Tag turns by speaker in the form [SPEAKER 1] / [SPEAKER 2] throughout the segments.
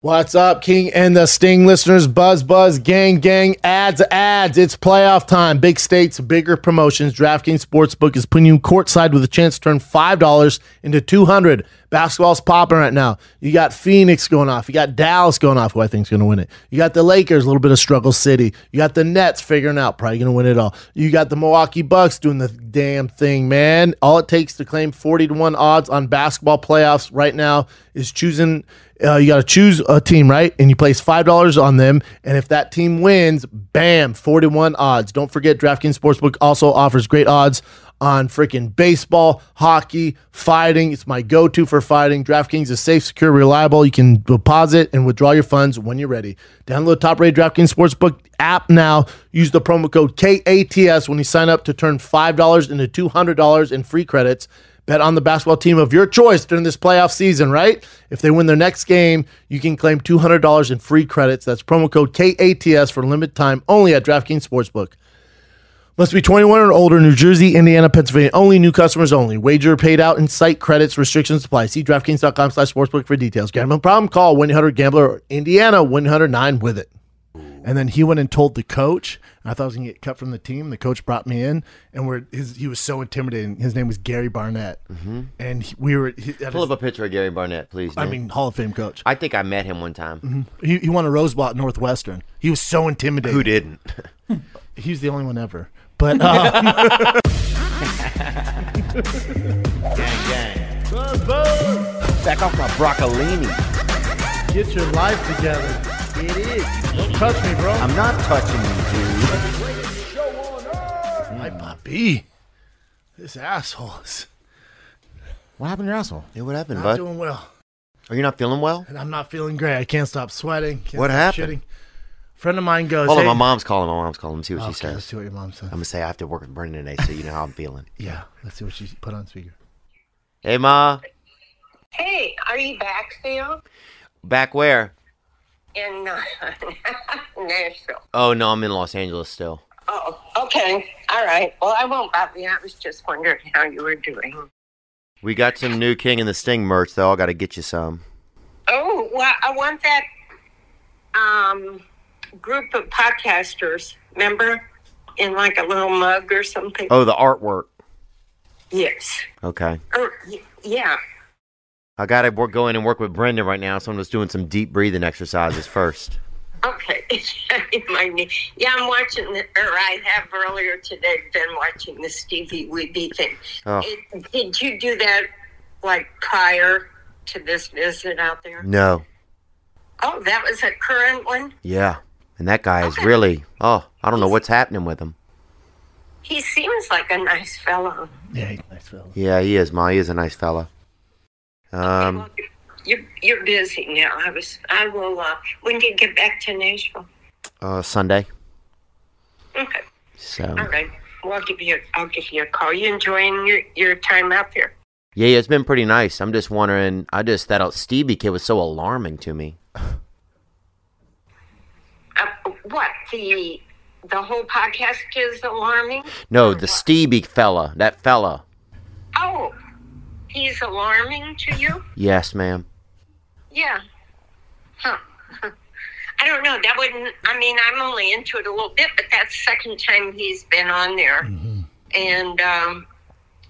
[SPEAKER 1] What's up, King and the Sting listeners? Buzz, buzz, gang, gang, ads, ads. It's playoff time. Big states, bigger promotions. DraftKings Sportsbook is putting you courtside with a chance to turn $5 into 200 Basketball's popping right now. You got Phoenix going off. You got Dallas going off, who I think is going to win it. You got the Lakers, a little bit of struggle city. You got the Nets figuring out, probably going to win it all. You got the Milwaukee Bucks doing the damn thing, man. All it takes to claim 40 to 1 odds on basketball playoffs right now is choosing uh, you got to choose a team, right? And you place $5 on them. And if that team wins, bam, 41 odds. Don't forget, DraftKings Sportsbook also offers great odds on freaking baseball, hockey, fighting. It's my go to for fighting. DraftKings is safe, secure, reliable. You can deposit and withdraw your funds when you're ready. Download top rated DraftKings Sportsbook app now. Use the promo code KATS when you sign up to turn $5 into $200 in free credits. Bet on the basketball team of your choice during this playoff season, right? If they win their next game, you can claim $200 in free credits. That's promo code KATS for limited time only at DraftKings Sportsbook. Must be 21 or older, New Jersey, Indiana, Pennsylvania. Only new customers only. Wager paid out in site credits, restrictions apply. See DraftKings.com slash sportsbook for details. Gambling problem? Call 1-800-GAMBLER or Indiana 109 with it. And then he went and told the coach. and I thought I was going to get cut from the team. The coach brought me in, and we're, his, he was so intimidating. His name was Gary Barnett. And he- we were he, at
[SPEAKER 2] Pull
[SPEAKER 1] his,
[SPEAKER 2] up a picture Mm-hmm. of Gary Barnett, please.
[SPEAKER 1] I
[SPEAKER 2] Nick.
[SPEAKER 1] mean, Hall of Fame coach.
[SPEAKER 2] I think I met him one time.
[SPEAKER 1] mm-hmm. He, he won a Rose Bowl at Northwestern. He was so intimidating.
[SPEAKER 2] Who didn't?
[SPEAKER 1] He was the only one ever. But uh,
[SPEAKER 2] Back off my broccolini.
[SPEAKER 1] get your life together.
[SPEAKER 2] It is.
[SPEAKER 1] Touch me, bro.
[SPEAKER 2] I'm not touching you, dude.
[SPEAKER 1] My puppy. Mm. This asshole is
[SPEAKER 3] What happened to your asshole?
[SPEAKER 2] Hey, what happened,
[SPEAKER 1] not
[SPEAKER 2] bud?
[SPEAKER 1] doing well.
[SPEAKER 2] Are you not feeling well?
[SPEAKER 1] And I'm not feeling great. I can't stop sweating. Can't
[SPEAKER 2] What
[SPEAKER 1] stop
[SPEAKER 2] happened?
[SPEAKER 1] Shitting. Friend of mine goes,
[SPEAKER 2] Hold on,
[SPEAKER 1] hey,
[SPEAKER 2] my mom's calling. My mom's calling. Let's see what
[SPEAKER 1] Okay,
[SPEAKER 2] she
[SPEAKER 1] Let's
[SPEAKER 2] says.
[SPEAKER 1] see what your mom says.
[SPEAKER 2] I'm gonna say I have to work with Brendan today, so you know how I'm feeling.
[SPEAKER 1] yeah, let's see what she put on speaker.
[SPEAKER 2] Hey, ma,
[SPEAKER 4] Hey, are you back, Phil?
[SPEAKER 2] back where?
[SPEAKER 4] In uh, Nashville.
[SPEAKER 2] Oh no, I'm in Los Angeles still.
[SPEAKER 4] Oh, okay. All right. Well, I won't bother you. I was just wondering how you were doing.
[SPEAKER 2] We got some new King and the Sting merch though. I gotta get you some.
[SPEAKER 4] Oh, well, I want that um, group of podcasters, remember? In like a little mug or something?
[SPEAKER 2] Oh, the artwork.
[SPEAKER 4] Yes.
[SPEAKER 2] Okay.
[SPEAKER 4] Or, y- yeah.
[SPEAKER 2] I gotta work, go in and work with Brendan right now, so I'm just doing some deep breathing exercises first.
[SPEAKER 4] Okay. You might need- yeah, I'm watching, the, or I have earlier today been watching the Stevie Weeby thing.
[SPEAKER 2] Oh.
[SPEAKER 4] It, did you do that like prior to this visit out there?
[SPEAKER 2] No.
[SPEAKER 4] Oh, that was a current one.
[SPEAKER 2] Yeah. And that guy is really. Oh, I don't know what's happening with him.
[SPEAKER 4] He seems like a nice fellow.
[SPEAKER 1] Yeah, he's a nice fella.
[SPEAKER 2] Yeah, he is. Ma, he is a nice fella.
[SPEAKER 4] Well,
[SPEAKER 2] Um,
[SPEAKER 4] you're you're busy now. I was. I will. Uh, when do you get back to Nashville?
[SPEAKER 2] uh, Sunday.
[SPEAKER 4] Okay.
[SPEAKER 2] So.
[SPEAKER 4] All right. Well, I'll give you. I'll give you a call. You enjoying your your time out there?
[SPEAKER 2] Yeah, yeah, it's been pretty nice. I'm just wondering. I just that Stevie kid was so alarming to me.
[SPEAKER 4] Uh, what the the whole podcast is alarming.
[SPEAKER 2] No, the Stevie fella, that fella.
[SPEAKER 4] Oh, he's alarming to you.
[SPEAKER 2] Yes, ma'am.
[SPEAKER 4] Yeah. Huh. I don't know. That wouldn't. I mean, I'm only into it a little bit, but that's the second time he's been on there, and um,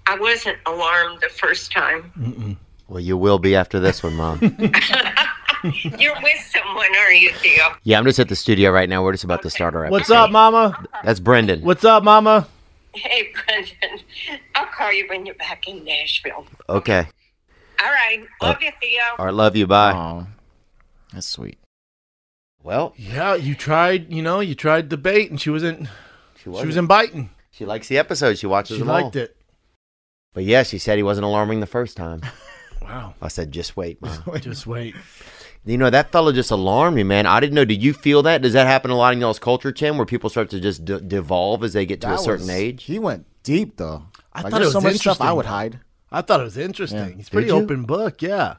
[SPEAKER 4] I wasn't alarmed the first time.
[SPEAKER 2] Well, you will be after this one, mom.
[SPEAKER 4] You're with someone, are you, Theo?
[SPEAKER 2] yeah, I'm just at the studio right now. We're just about to start our.
[SPEAKER 1] What's
[SPEAKER 2] episode.
[SPEAKER 1] up, mama?
[SPEAKER 2] That's Brendan.
[SPEAKER 1] What's up, mama?
[SPEAKER 4] Hey, Brendan. I'll call you when you're back in Nashville.
[SPEAKER 2] Okay.
[SPEAKER 4] All right. Love you, Theo.
[SPEAKER 2] All right. Love you. Bye.
[SPEAKER 3] Oh, that's sweet.
[SPEAKER 2] Well,
[SPEAKER 1] Yeah, you tried, you know, you tried the bait and she wasn't,
[SPEAKER 2] she,
[SPEAKER 1] she was in biting.
[SPEAKER 2] She likes the episode. She watches
[SPEAKER 1] She
[SPEAKER 2] them
[SPEAKER 1] liked
[SPEAKER 2] all.
[SPEAKER 1] it.
[SPEAKER 2] But yeah, she said he wasn't alarming the first time.
[SPEAKER 1] Wow.
[SPEAKER 2] I said, just wait, mom.
[SPEAKER 1] Just wait.
[SPEAKER 2] You know that fella just alarmed me, man. I didn't know. Do you feel that? Does that happen a lot in y'all's culture, Tim, where people start to just de- devolve as they get to
[SPEAKER 3] That
[SPEAKER 2] a certain
[SPEAKER 3] was-
[SPEAKER 2] age?
[SPEAKER 3] He went deep though.
[SPEAKER 1] I
[SPEAKER 3] Like,
[SPEAKER 1] thought it
[SPEAKER 3] there's
[SPEAKER 1] was
[SPEAKER 3] so much stuff I
[SPEAKER 1] interesting.
[SPEAKER 3] would hide.
[SPEAKER 1] I thought it was interesting.
[SPEAKER 3] Yeah.
[SPEAKER 1] He's pretty
[SPEAKER 2] Did you?
[SPEAKER 1] open book. Yeah.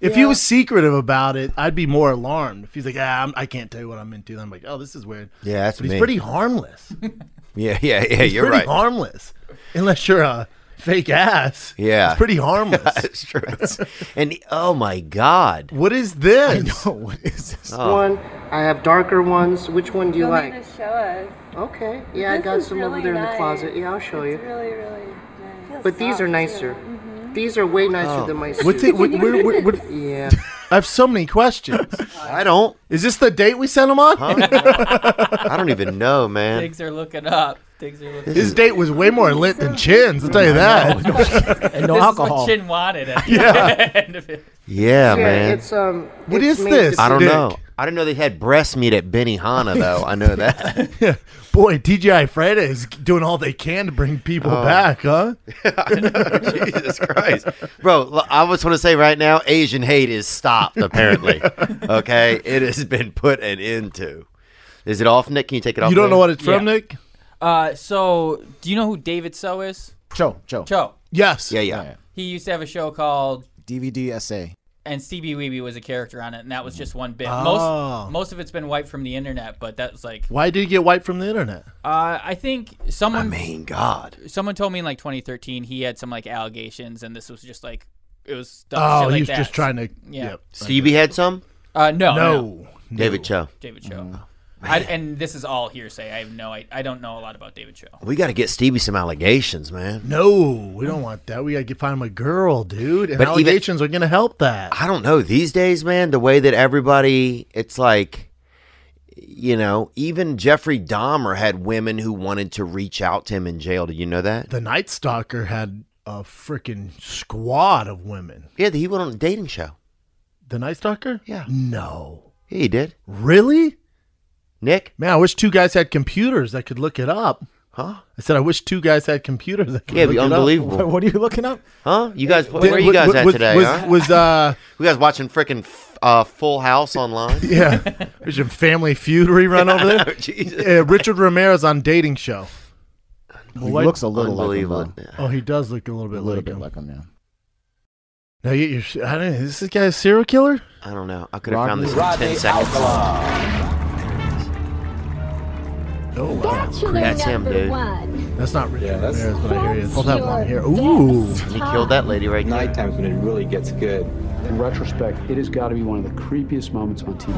[SPEAKER 1] If he was secretive about it, I'd be more alarmed. If he's like, ah, I'm, I can't tell you what I'm into, then I'm like, oh, this is weird.
[SPEAKER 2] Yeah, that's
[SPEAKER 1] But he's
[SPEAKER 2] me.
[SPEAKER 1] pretty harmless.
[SPEAKER 2] Yeah, yeah, yeah.
[SPEAKER 1] He's
[SPEAKER 2] You're right.
[SPEAKER 1] pretty harmless, unless you're a Fake ass.
[SPEAKER 2] Yeah.
[SPEAKER 1] It's pretty harmless.
[SPEAKER 2] That's true. and oh my god. Oh.
[SPEAKER 1] what is this?
[SPEAKER 3] what is this?
[SPEAKER 4] one. I have darker ones. Which one do you
[SPEAKER 5] You'll need
[SPEAKER 4] like?
[SPEAKER 5] to show us.
[SPEAKER 4] Okay. Yeah, I
[SPEAKER 5] This
[SPEAKER 4] got
[SPEAKER 5] is
[SPEAKER 4] some over
[SPEAKER 5] really
[SPEAKER 4] there in the
[SPEAKER 5] nice.
[SPEAKER 4] closet. Yeah, I'll show
[SPEAKER 5] It's
[SPEAKER 4] you.
[SPEAKER 5] really, really Mm-hmm. nice.
[SPEAKER 4] But these are nicer. These are way nicer
[SPEAKER 2] Oh.
[SPEAKER 4] than my suit.
[SPEAKER 1] What's it? Oh. What, what, what, what-
[SPEAKER 4] Yeah.
[SPEAKER 1] I have so many questions.
[SPEAKER 2] I don't.
[SPEAKER 1] Is this the date we sent him on?
[SPEAKER 2] I don't even know, man.
[SPEAKER 6] Things are looking up. Things are looking.
[SPEAKER 1] His date was way more lit than Chin's. I'll tell you that.
[SPEAKER 3] And no
[SPEAKER 6] this
[SPEAKER 3] alcohol.
[SPEAKER 6] is what Chin wanted at the yeah. end of it.
[SPEAKER 2] Yeah,
[SPEAKER 4] yeah
[SPEAKER 2] man.
[SPEAKER 4] it's um.
[SPEAKER 1] What
[SPEAKER 4] it's
[SPEAKER 1] is
[SPEAKER 4] made to
[SPEAKER 1] this?
[SPEAKER 4] be-
[SPEAKER 2] I don't
[SPEAKER 1] Dick.
[SPEAKER 2] know. I didn't know they had breast meat at Benihana though. I know that.
[SPEAKER 1] Boy, TGI Friday is doing all they can to bring people
[SPEAKER 2] Oh.
[SPEAKER 1] back, huh?
[SPEAKER 2] Jesus Christ, bro! l- I just want to say right now, Asian hate is stopped. Apparently, okay, it has been put an end to. Is it off, Nick? Can you take it off?
[SPEAKER 1] You don't know
[SPEAKER 2] there?
[SPEAKER 1] what it's from,
[SPEAKER 6] Yeah.
[SPEAKER 1] Nick?
[SPEAKER 6] Uh, so do you know who David So is?
[SPEAKER 1] Oh,
[SPEAKER 3] Joe, Joe.
[SPEAKER 6] Cho.
[SPEAKER 1] Yes.
[SPEAKER 2] Yeah, yeah.
[SPEAKER 3] Alright.
[SPEAKER 6] He used to have a show called
[SPEAKER 3] DVD essay.
[SPEAKER 6] and Stevie Weeby was a character on it, and that was just one bit.
[SPEAKER 1] Oh.
[SPEAKER 6] Most most of it's been wiped from the internet, but that was like
[SPEAKER 1] Why did he get wiped from the internet?
[SPEAKER 6] uh, I think someone
[SPEAKER 2] Mean God.
[SPEAKER 6] someone told me in like 2013 he had some like allegations, and this was just like it was stuff.
[SPEAKER 1] Oh,
[SPEAKER 6] shit like
[SPEAKER 1] he was
[SPEAKER 6] that.
[SPEAKER 1] just trying to.
[SPEAKER 6] Yeah.
[SPEAKER 1] Yep.
[SPEAKER 2] Stevie had some.
[SPEAKER 6] Uh, no, no,
[SPEAKER 1] No. Mm.
[SPEAKER 2] David Cho.
[SPEAKER 6] David Cho. I, and this is all hearsay. I have no. I, I don't know a lot about David Cho.
[SPEAKER 2] We got to get Stevie some allegations, man.
[SPEAKER 1] No, we don't want that. We gotta get, find him a girl, dude. And
[SPEAKER 2] But even-
[SPEAKER 1] allegations are gonna help that.
[SPEAKER 2] I don't know these days, man. The way that everybody, it's like, you know, even Jeffrey Dahmer had women who wanted to reach out to him in jail. Did you know that?
[SPEAKER 1] The Night Stalker had a freaking squad of women.
[SPEAKER 2] Yeah, he went on a dating show.
[SPEAKER 1] The Night Stalker?
[SPEAKER 2] Yeah.
[SPEAKER 1] No.
[SPEAKER 2] Yeah, he did.
[SPEAKER 1] Really?
[SPEAKER 2] Nick,
[SPEAKER 1] Man, I wish two guys had computers that could look it up.
[SPEAKER 2] huh?
[SPEAKER 1] I said, I wish two guys had computers that could
[SPEAKER 2] Yeah, it'd
[SPEAKER 1] look
[SPEAKER 2] be
[SPEAKER 1] it up.
[SPEAKER 2] unbelievable,
[SPEAKER 3] What are you looking up?
[SPEAKER 2] huh? You guys, where are you
[SPEAKER 1] Was-
[SPEAKER 2] guys at
[SPEAKER 1] was-
[SPEAKER 2] today?
[SPEAKER 1] Was,
[SPEAKER 2] huh?
[SPEAKER 1] was, uh,
[SPEAKER 2] you guys watching freaking uh, Full House online?
[SPEAKER 1] yeah, was your Family Feud rerun over
[SPEAKER 2] Oh,
[SPEAKER 1] there?
[SPEAKER 2] Jesus,
[SPEAKER 1] Uh, Richard Ramirez on dating show.
[SPEAKER 3] He
[SPEAKER 1] What?
[SPEAKER 3] looks a little like him,
[SPEAKER 2] unbelievable.
[SPEAKER 3] though.
[SPEAKER 2] Yeah.
[SPEAKER 1] Oh, he does look a little
[SPEAKER 3] A
[SPEAKER 1] bit
[SPEAKER 3] little
[SPEAKER 1] like
[SPEAKER 3] bit
[SPEAKER 1] him.
[SPEAKER 3] like him now.
[SPEAKER 1] Now, you, you're, I don't know, is this guy a serial killer?
[SPEAKER 2] I don't know. I could have found
[SPEAKER 3] Rodney-
[SPEAKER 2] this in ten seconds.
[SPEAKER 1] Oh, wow.
[SPEAKER 2] That's him, dude.
[SPEAKER 1] That's not Richard
[SPEAKER 7] Yeah, that's-
[SPEAKER 1] Ramirez, but I hear you. Both have long hair.
[SPEAKER 8] your
[SPEAKER 1] Ooh.
[SPEAKER 2] He killed that lady right there.
[SPEAKER 7] Night times when it really gets good.
[SPEAKER 9] In retrospect, it has got to be one of the creepiest moments on TV.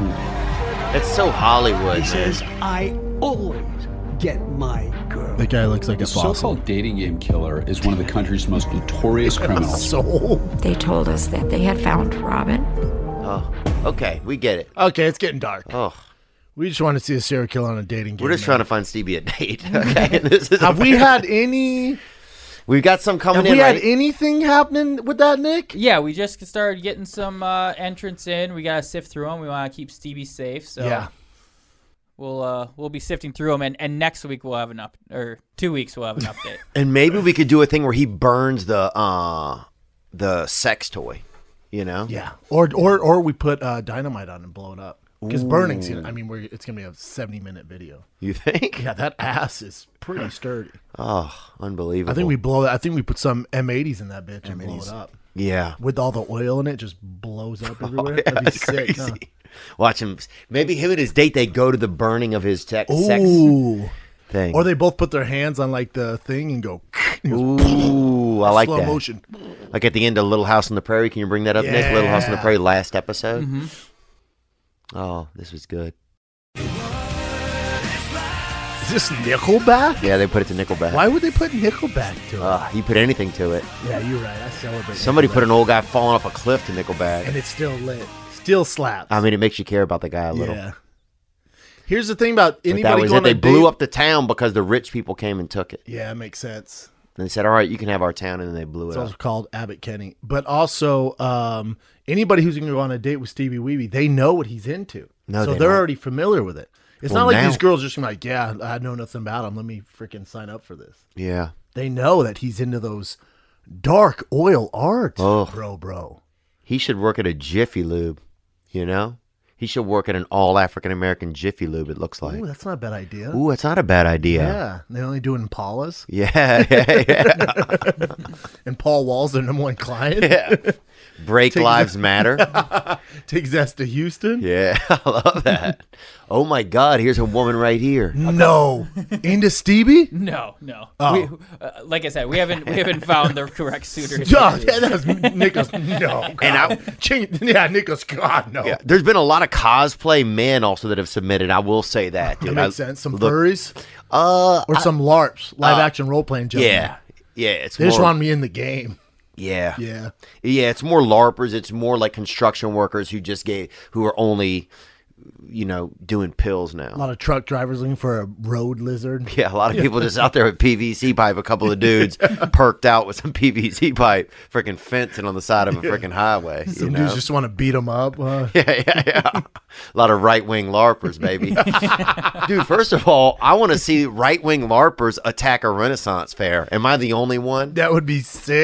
[SPEAKER 2] That's so Hollywood. Man.
[SPEAKER 9] I always get my girl.
[SPEAKER 1] That guy looks like a
[SPEAKER 7] The
[SPEAKER 1] fossil.
[SPEAKER 7] so-called dating game killer is one of the country's most notorious criminals.
[SPEAKER 1] Soul.
[SPEAKER 8] They told us that they had found Robin.
[SPEAKER 2] Oh, okay, we get it.
[SPEAKER 1] Okay, it's getting dark.
[SPEAKER 2] Oh,
[SPEAKER 1] We just want to see a serial killer on a dating game.
[SPEAKER 2] we're just trying to find Stevie a date. Okay, this is
[SPEAKER 1] Have we had any?
[SPEAKER 2] We've got some coming in.
[SPEAKER 1] Have we had
[SPEAKER 2] right?
[SPEAKER 1] anything happening with that, Nick?
[SPEAKER 6] Yeah, we just started getting some uh, entrants in. We gotta sift through them. We want to keep Stevie safe. So
[SPEAKER 1] Yeah.
[SPEAKER 6] we'll uh, we'll be sifting through them, and, and next week we'll have an up or two weeks we'll have an update.
[SPEAKER 2] and maybe we could do a thing where he burns the uh the sex toy. You know?
[SPEAKER 1] Yeah. Or or or we put uh, dynamite on and blow it up. Because burning's gonna. I mean, we're, it's gonna be a seventy-minute video.
[SPEAKER 2] You think?
[SPEAKER 1] Yeah, that ass is pretty sturdy.
[SPEAKER 2] Oh, unbelievable.
[SPEAKER 1] I think we blow that. I think we put some M80s in that bitch and blow it up
[SPEAKER 2] Yeah. Oh,
[SPEAKER 1] with all the oil in it. Just blows up everywhere.
[SPEAKER 2] yeah,
[SPEAKER 1] That'd be
[SPEAKER 2] that's
[SPEAKER 1] sick, huh?
[SPEAKER 2] crazy. Watch him. Maybe him and his date they go to the burning of his tech sex
[SPEAKER 1] Ooh.
[SPEAKER 2] thing.
[SPEAKER 1] Or they both put their hands on like the thing and go. and it goes
[SPEAKER 2] Ooh, I like
[SPEAKER 1] slow
[SPEAKER 2] that.
[SPEAKER 1] motion.
[SPEAKER 2] Like at the end of Little House on the Prairie. Can you bring that up, Nick? Little House on the
[SPEAKER 1] Yeah. Mm-hmm.
[SPEAKER 2] Prairie last episode. Oh, this was good.
[SPEAKER 1] Is this Nickelback?
[SPEAKER 2] Yeah, they put it to Nickelback.
[SPEAKER 1] Why would they put Nickelback to it?
[SPEAKER 2] Uh, you put anything to it.
[SPEAKER 1] yeah, you're right. I celebrate.
[SPEAKER 2] Somebody
[SPEAKER 1] Nickelback.
[SPEAKER 2] put an old guy falling off a cliff to Nickelback.
[SPEAKER 1] and it's still lit. Still slaps.
[SPEAKER 2] I mean, it makes you care about the guy a little.
[SPEAKER 1] yeah. Here's the thing about
[SPEAKER 2] But
[SPEAKER 1] anybody
[SPEAKER 2] that was
[SPEAKER 1] going
[SPEAKER 2] it. They
[SPEAKER 1] on a
[SPEAKER 2] blew
[SPEAKER 1] date-
[SPEAKER 2] up the town because the rich people came and took it.
[SPEAKER 1] Yeah, it makes sense.
[SPEAKER 2] And they said, "All right, you can have our town," and then they blew it
[SPEAKER 1] It's also
[SPEAKER 2] up.
[SPEAKER 1] called Abbott Kenny. But also, um, anybody who's going to go on a date with Stevie Weeby, they know what he's into.
[SPEAKER 2] No,
[SPEAKER 1] so
[SPEAKER 2] they
[SPEAKER 1] are
[SPEAKER 2] don't.
[SPEAKER 1] already familiar with it. It's
[SPEAKER 2] Well,
[SPEAKER 1] not like
[SPEAKER 2] now-
[SPEAKER 1] these girls just gonna be like, yeah, I know nothing about him. Let me freaking sign up for this.
[SPEAKER 2] Yeah,
[SPEAKER 1] They know that he's into those dark oil art,
[SPEAKER 2] Ugh.
[SPEAKER 1] bro, bro.
[SPEAKER 2] he should work at a Jiffy Lube. You know, he should work at an all African American Jiffy Lube. It looks like.
[SPEAKER 1] Ooh, that's not a bad idea.
[SPEAKER 2] Ooh, it's not a bad idea.
[SPEAKER 1] Yeah, they only do Impalas,
[SPEAKER 2] Yeah, yeah, yeah.
[SPEAKER 1] and Paul Wall's their number one client.
[SPEAKER 2] Break Lives Matter.
[SPEAKER 1] Takes us to Houston.
[SPEAKER 2] Yeah, I love that. Oh my God, here's a woman right here.
[SPEAKER 1] No, into Stevie. Oh.
[SPEAKER 6] No, no. We, uh, like I said, we haven't we haven't found the correct suitors.
[SPEAKER 1] Yeah, yeah, that's Nicholas. No, God.
[SPEAKER 2] I-
[SPEAKER 1] Ching- yeah, Nicholas. God, no.
[SPEAKER 2] Yeah, there's been a lot of cosplay men also that have submitted. I will say that, dude.
[SPEAKER 1] That
[SPEAKER 2] I-
[SPEAKER 1] makes sense. Some
[SPEAKER 2] look-
[SPEAKER 1] furries
[SPEAKER 2] Uh,
[SPEAKER 1] or some LARPs, live action role playing.
[SPEAKER 2] yeah, yeah. It's
[SPEAKER 1] they just
[SPEAKER 2] more,
[SPEAKER 1] want me in the game.
[SPEAKER 2] yeah,
[SPEAKER 1] Yeah,
[SPEAKER 2] Yeah, it's more LARPers. It's more like construction workers who just get who are only, you know, doing pills
[SPEAKER 1] a
[SPEAKER 2] now.
[SPEAKER 1] lot of truck drivers looking for a road lizard.
[SPEAKER 2] Yeah, a lot of people just out there with PVC pipe. A couple of dudes perked out with some PVC pipe, freaking fencing on the side of a freaking highway. You
[SPEAKER 1] Some
[SPEAKER 2] know?
[SPEAKER 1] dudes just want to beat them up. Uh,
[SPEAKER 2] yeah, yeah, yeah. A lot of right wing LARPers, baby. Dude, first of all, I want to see right wing LARPers attack a Renaissance fair. Am I the only one?
[SPEAKER 1] That would be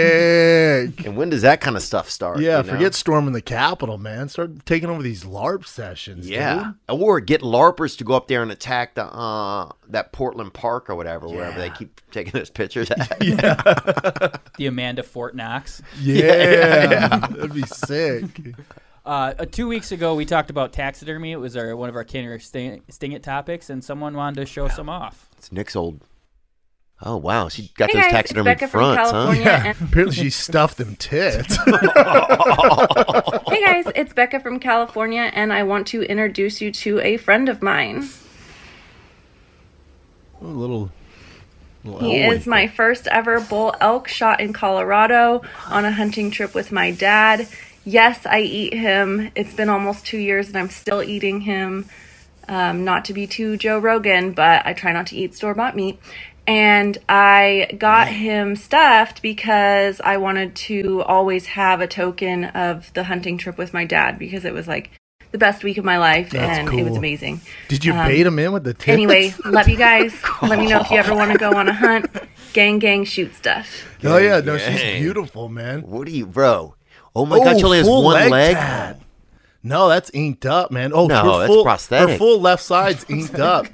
[SPEAKER 1] sick.
[SPEAKER 2] And when does that kind of stuff start?
[SPEAKER 1] Yeah,
[SPEAKER 2] you know?
[SPEAKER 1] forget storming the Capitol, man. Start taking over these LARP sessions.
[SPEAKER 2] Yeah,
[SPEAKER 1] dude.
[SPEAKER 2] or get LARPers to go up there and attack the uh that Portland Park or whatever, wherever they keep taking those pictures at.
[SPEAKER 6] The Amanda Fort Knox.
[SPEAKER 1] Yeah, that'd be sick.
[SPEAKER 6] Uh, uh, two weeks ago, we talked about taxidermy. It was our one of our canner sting, sting it topics, and someone wanted to show some off.
[SPEAKER 2] It's Nick's old. Oh wow, she got
[SPEAKER 5] Hey
[SPEAKER 2] those
[SPEAKER 5] guys, it's
[SPEAKER 2] taxidermy
[SPEAKER 5] Becca from
[SPEAKER 2] fronts, huh?
[SPEAKER 5] California.
[SPEAKER 1] Yeah, apparently she stuffed them tits.
[SPEAKER 5] Hey guys, it's Becca from California, and I want to introduce you to a friend of mine.
[SPEAKER 1] little, little
[SPEAKER 5] He
[SPEAKER 1] Elway.
[SPEAKER 5] is my first ever bull elk shot in Colorado on a hunting trip with my dad. Yes, I eat him. It's been almost two years and I'm still eating him. Um, not to be too Joe Rogan, but I try not to eat store bought meat. And I got him stuffed because I wanted to always have a token of the hunting trip with my dad because it was like the best week of my life
[SPEAKER 1] That's
[SPEAKER 5] and it was
[SPEAKER 1] cool.
[SPEAKER 5] amazing.
[SPEAKER 1] Did you
[SPEAKER 5] um,
[SPEAKER 1] bait him in with the tits?
[SPEAKER 5] Anyway, love you guys. Let me know if you ever want to go on a hunt. Gang, gang, shoot stuff.
[SPEAKER 1] oh yeah, no, she's
[SPEAKER 2] Dang.
[SPEAKER 1] beautiful, man.
[SPEAKER 2] What are you, bro? Oh my god, she only has
[SPEAKER 1] full
[SPEAKER 2] one leg.
[SPEAKER 1] tat. No, that's inked up, man. Oh,
[SPEAKER 2] No,
[SPEAKER 1] her
[SPEAKER 2] that's
[SPEAKER 1] full, Her
[SPEAKER 2] prosthetic.
[SPEAKER 1] full left side's inked up.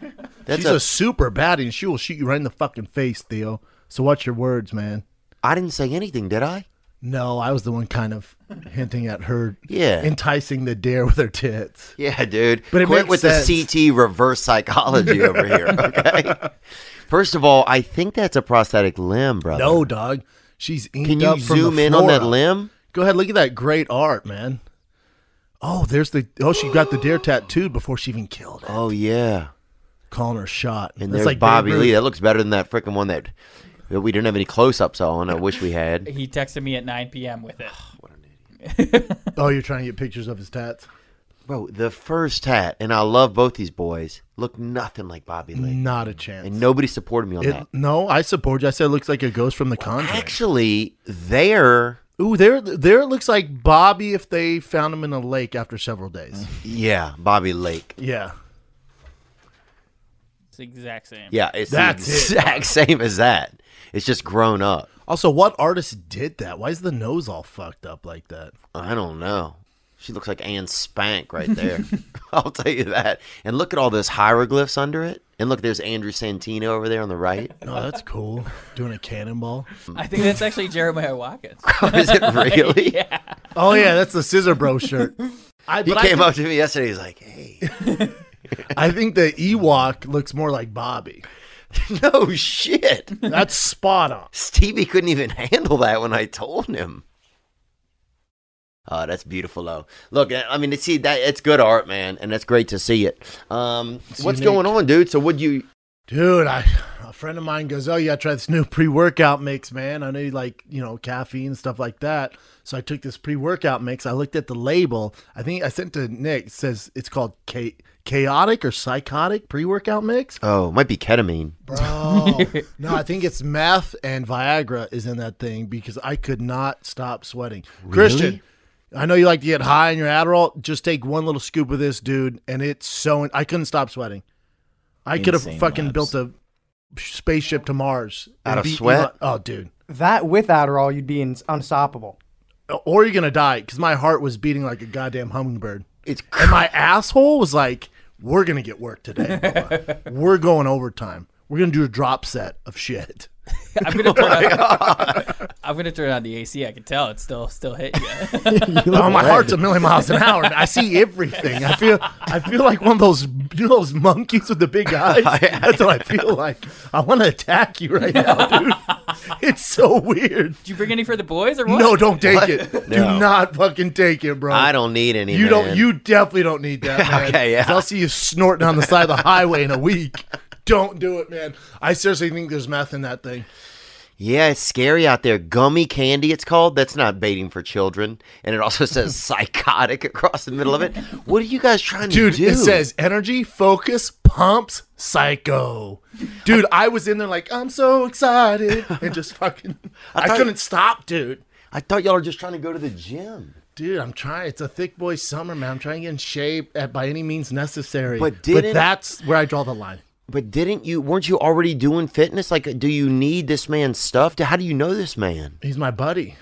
[SPEAKER 2] That's
[SPEAKER 1] She's
[SPEAKER 2] a-
[SPEAKER 1] a, super baddie, and she will shoot you right in the fucking face, Theo. So watch your words, man.
[SPEAKER 2] I didn't say anything, did I?
[SPEAKER 1] No, I was the one kind of hinting at her
[SPEAKER 2] Yeah.
[SPEAKER 1] enticing the dare with her tits.
[SPEAKER 2] Yeah, dude.
[SPEAKER 1] But it
[SPEAKER 2] Quit
[SPEAKER 1] makes
[SPEAKER 2] with
[SPEAKER 1] sense.
[SPEAKER 2] the CT reverse psychology over here, okay? First of all, I think that's a prosthetic limb, brother.
[SPEAKER 1] No, dog. She's inked
[SPEAKER 2] Can you
[SPEAKER 1] up from the
[SPEAKER 2] zoom in on that
[SPEAKER 1] flora.
[SPEAKER 2] limb?
[SPEAKER 1] Go ahead, look at that great art, man. Oh, there's the oh she got the dare tattooed before she even killed it.
[SPEAKER 2] Oh yeah.
[SPEAKER 1] Calling her shot.
[SPEAKER 2] And
[SPEAKER 1] That's
[SPEAKER 2] there's
[SPEAKER 1] like
[SPEAKER 2] Bobby
[SPEAKER 1] Babe Ruth.
[SPEAKER 2] Lee. That looks better than that freaking one that, that we didn't have any close ups on. I wish we had.
[SPEAKER 6] He texted me at 9 p.m. with it.
[SPEAKER 1] Oh, you're trying to get pictures of his tats.
[SPEAKER 2] Bro, the first hat, and I love both these boys, look nothing like Bobby Lee.
[SPEAKER 1] Not a chance.
[SPEAKER 2] And nobody supported me on
[SPEAKER 1] It-
[SPEAKER 2] that.
[SPEAKER 1] no, I support you. I said it looks like a ghost from the Conjuring.
[SPEAKER 2] Actually, there,
[SPEAKER 1] Ooh, there, there it looks like Bobby if they found him in a lake after several days.
[SPEAKER 2] yeah, Bobby Lake.
[SPEAKER 1] Yeah,
[SPEAKER 6] It's the exact same.
[SPEAKER 2] Yeah, it's
[SPEAKER 1] That's
[SPEAKER 2] the
[SPEAKER 1] it.
[SPEAKER 2] exact same as that. It's just grown up.
[SPEAKER 1] Also, what artist did that? Why is the nose all fucked up like that?
[SPEAKER 2] I don't know. She looks like Anne Spank right there. I'll tell you that. And look at all those hieroglyphs under it. And look, there's Andrew Santino over there on the right.
[SPEAKER 1] Oh, that's cool. Doing a cannonball.
[SPEAKER 6] I think that's actually Jeremiah Watkins.
[SPEAKER 2] Is it really?
[SPEAKER 1] Oh yeah, that's the Scissor Bro shirt. I,
[SPEAKER 2] He
[SPEAKER 1] but I
[SPEAKER 2] came
[SPEAKER 1] think-
[SPEAKER 2] up to me yesterday. He's like, "Hey,
[SPEAKER 1] I think the Ewok looks more like Bobby.
[SPEAKER 2] no shit."
[SPEAKER 1] That's spot on.
[SPEAKER 2] Stevie couldn't even handle that when I told him. Oh, that's beautiful, though. Look, I I mean, see that it's good art, man, and that's great to see it. Um, what's
[SPEAKER 1] unique.
[SPEAKER 2] going on, dude? So, would you?
[SPEAKER 1] Dude, I a friend of mine goes, "Oh, you gotta try this new pre-workout mix, man. I know you like you know caffeine and stuff like that." So I took this pre-workout mix. I looked at the label. I think I sent to Nick. It says it's called cha- chaotic or psychotic pre-workout mix.
[SPEAKER 2] Oh, might be ketamine.
[SPEAKER 1] Bro, no, I think it's meth and Viagra is in that thing because I could not stop sweating. Christian, I know you like to get high in your Adderall. Just take one little scoop of this, dude, and it's so. I couldn't stop sweating. I could have
[SPEAKER 3] Insane
[SPEAKER 1] fucking
[SPEAKER 3] labs.
[SPEAKER 1] built a spaceship to Mars
[SPEAKER 2] Out
[SPEAKER 1] and
[SPEAKER 2] of
[SPEAKER 1] beat
[SPEAKER 2] sweat?
[SPEAKER 1] Elon- oh, dude.
[SPEAKER 10] That with Adderall, you'd be in- unstoppable.
[SPEAKER 1] Or you're gonna die because my heart was beating like a goddamn hummingbird,
[SPEAKER 2] It's
[SPEAKER 1] and my asshole was like, "We're gonna get work today. Bubba. We're going overtime. We're gonna do a drop set of shit."
[SPEAKER 6] I'm gonna
[SPEAKER 1] Oh
[SPEAKER 6] turn on, I'm gonna turn on the AC. I can tell it's still still hitting you.
[SPEAKER 1] oh, my heart's a million miles an hour. I see everything. I feel I feel like one of those you know those monkeys with the big eyes. That's what I feel like. I want to attack you right now, dude. It's so weird.
[SPEAKER 6] Did you bring any for the boys or what?
[SPEAKER 1] No, don't take
[SPEAKER 6] What?
[SPEAKER 1] it. Do not fucking take it, bro.
[SPEAKER 2] I don't need any.
[SPEAKER 1] You
[SPEAKER 2] man.
[SPEAKER 1] don't. You definitely don't need that. Man.
[SPEAKER 2] Okay, yeah.
[SPEAKER 1] 'Cause I'll see you snorting on the side of the highway in a week. Don't do it, man. I seriously think there's meth in that thing.
[SPEAKER 2] Yeah, it's scary out there. Gummy candy, it's called. That's not baiting for children. And it also says psychotic across the middle of it. What are you guys trying
[SPEAKER 1] Dude,
[SPEAKER 2] to do?
[SPEAKER 1] it says energy, focus, pumps, psycho. Dude, I was in there like, I'm so excited. And just fucking, I,
[SPEAKER 2] thought-
[SPEAKER 1] couldn't stop, dude.
[SPEAKER 2] I thought y'all were just trying to go to the gym.
[SPEAKER 1] Dude, I'm trying. It's a thick boy summer, man. I'm trying to get in shape at, by any means necessary.
[SPEAKER 2] But didn't-
[SPEAKER 1] that's where I draw the line.
[SPEAKER 2] But didn't you, weren't you already doing fitness? Like, do you need this man's stuff? How do you know this man?
[SPEAKER 1] He's my buddy.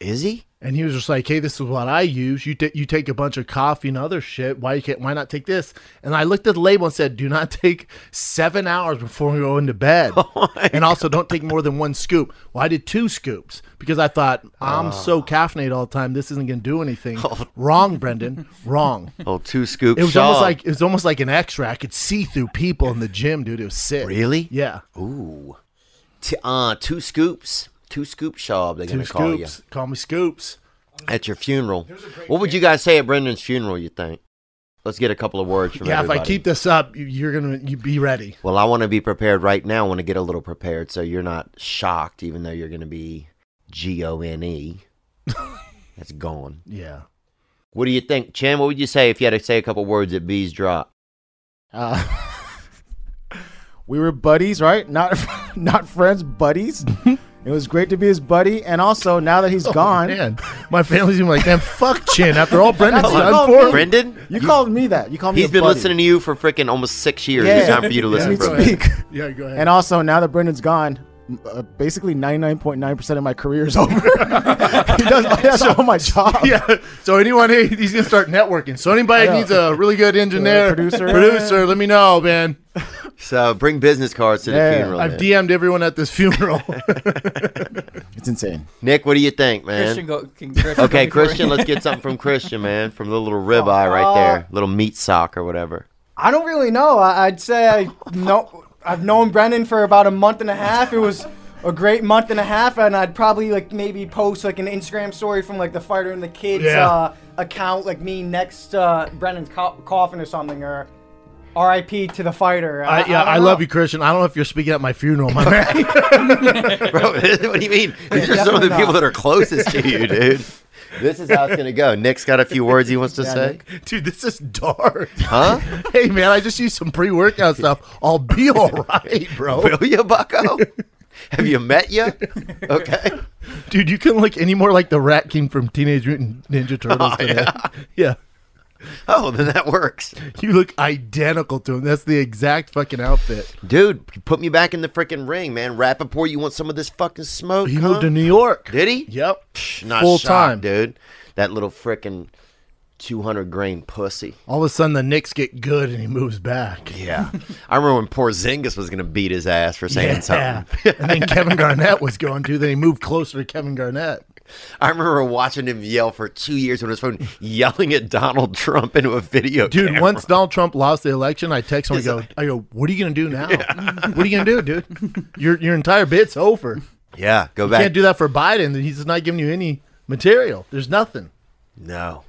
[SPEAKER 2] Is he?
[SPEAKER 1] And he was just like, "Hey, this is what I use. You ta- you take a bunch of coffee and other shit. Why you can't? Why not take this?" And I looked at the label and said, "Do not take seven hours before we go into bed,
[SPEAKER 2] Oh
[SPEAKER 1] and also don't take more than one scoop." Well, I did two scoops because I thought
[SPEAKER 2] Ah.
[SPEAKER 1] I'm so caffeinated all the time. This isn't going to do anything. Wrong, Brendan. Wrong.
[SPEAKER 2] Oh, two scoops.
[SPEAKER 1] It was almost
[SPEAKER 2] Oh. Shaw.
[SPEAKER 1] like it was almost like an X-ray. I could see through people in the gym, dude. It was sick.
[SPEAKER 2] Really?
[SPEAKER 1] Yeah.
[SPEAKER 2] Ooh. T- uh, two scoops. Two scoop Shaw, they're going
[SPEAKER 1] Two
[SPEAKER 2] to call you.
[SPEAKER 1] scoops. Call me scoops.
[SPEAKER 2] At your funeral. What would you guys say at Brendan's funeral, you think? Let's get a couple of words from
[SPEAKER 1] yeah.
[SPEAKER 2] everybody.
[SPEAKER 1] If I keep this up, you- you're gonna you be ready.
[SPEAKER 2] Well, I want to be prepared right now. I want to get a little prepared so you're not shocked, even though you're going to be G O N E. That's gone.
[SPEAKER 1] Yeah.
[SPEAKER 2] What do you think, Chan? What would you say if you had to say a couple words at B's drop?
[SPEAKER 3] Uh, we were buddies, right? Not not friends, buddies. it was great to be his buddy, and also now that he's gone,
[SPEAKER 1] Oh, man. my family's gonna be like, "Damn, fuck Chin." After all, Brendan's
[SPEAKER 3] That's what
[SPEAKER 1] done
[SPEAKER 3] called
[SPEAKER 1] for.
[SPEAKER 3] me.
[SPEAKER 1] him."
[SPEAKER 2] Brendan?
[SPEAKER 3] you called me that. You called me.
[SPEAKER 2] He's
[SPEAKER 3] a
[SPEAKER 2] been
[SPEAKER 3] buddy.
[SPEAKER 2] listening to you for freaking almost six years.
[SPEAKER 3] Yeah.
[SPEAKER 2] It's time for you to
[SPEAKER 3] Yeah,
[SPEAKER 2] listen
[SPEAKER 3] me
[SPEAKER 2] for a
[SPEAKER 3] too.
[SPEAKER 2] minute.
[SPEAKER 3] Speak.
[SPEAKER 1] Yeah, go ahead.
[SPEAKER 3] And also now that Brendan's gone. m- Uh, basically, ninety-nine point nine percent of my career is over. he does he has all my job.
[SPEAKER 1] yeah. So anyone, he- he's gonna start networking. So anybody
[SPEAKER 3] I know.
[SPEAKER 1] needs a really good engineer,
[SPEAKER 3] Uh, producer.
[SPEAKER 1] producer, let me know, man.
[SPEAKER 2] So bring business cards to the
[SPEAKER 3] Yeah.
[SPEAKER 2] funeral.
[SPEAKER 1] I've
[SPEAKER 2] then.
[SPEAKER 1] DM'd everyone at this funeral.
[SPEAKER 3] It's insane.
[SPEAKER 2] Nick, what do you think, man?
[SPEAKER 6] Christian, go, can Christian go
[SPEAKER 2] okay,
[SPEAKER 6] before-
[SPEAKER 2] Christian, let's get something from Christian, man. From the little ribeye right there, little meat sock or whatever.
[SPEAKER 10] I don't really know. I, I'd say I know. I've known Brendan for about a month and a half. It was a great month and a half, and I'd probably like maybe post like an Instagram story from like the fighter and the kids
[SPEAKER 1] Yeah.
[SPEAKER 10] uh, account, like me next uh, Brendan's co- coffin or something, or R.I.P. to the fighter.
[SPEAKER 1] I, yeah, I,
[SPEAKER 10] don't
[SPEAKER 1] love
[SPEAKER 10] know.
[SPEAKER 1] you, Christian. I don't know if you're speaking at my funeral, my man.
[SPEAKER 2] Bro, what do you mean? These are some of
[SPEAKER 10] definitely
[SPEAKER 2] the people
[SPEAKER 10] not.
[SPEAKER 2] that are closest to you, dude. This is how it's gonna go. Nick's got a few words he wants to say.
[SPEAKER 1] Dude, this is dark.
[SPEAKER 2] Huh?
[SPEAKER 1] Hey, man, I just used some pre-workout stuff. I'll be all right, bro.
[SPEAKER 2] Will you, Bucko? Have you met you? Okay.
[SPEAKER 1] Dude, you couldn't look any more like the Rat King from Teenage Mutant Ninja Turtles. today. yeah.
[SPEAKER 2] Oh, then that works.
[SPEAKER 1] You look identical to him. That's the exact fucking outfit.
[SPEAKER 2] Dude, put me back in the freaking ring, man. Rappaport, you want some of this fucking smoke?
[SPEAKER 1] He
[SPEAKER 2] huh?
[SPEAKER 1] moved to New York.
[SPEAKER 2] Did he?
[SPEAKER 1] Yep.
[SPEAKER 2] Psh, Not
[SPEAKER 1] Full
[SPEAKER 2] Full
[SPEAKER 1] time.
[SPEAKER 2] time, dude. That little freaking 200 grain pussy.
[SPEAKER 1] All of a sudden, the Knicks get good, and he moves back.
[SPEAKER 2] Yeah. I remember when poor Zingas was gonna beat his ass for saying
[SPEAKER 1] Yeah.
[SPEAKER 2] something.
[SPEAKER 1] and then Kevin Garnett was going to. Then he moved closer to Kevin Garnett.
[SPEAKER 2] I remember watching him yell for two years on his phone, yelling at Donald Trump into a video.
[SPEAKER 1] Dude,
[SPEAKER 2] camera.
[SPEAKER 1] once Donald Trump lost the election, I text him. I
[SPEAKER 2] He's
[SPEAKER 1] go,
[SPEAKER 2] like-
[SPEAKER 1] I go, what are you gonna do now? What are you gonna do, dude? Your your entire bit's over. You
[SPEAKER 2] yeah, go back.
[SPEAKER 1] can't do that for Biden. He's not giving you any material. There's nothing.
[SPEAKER 2] no,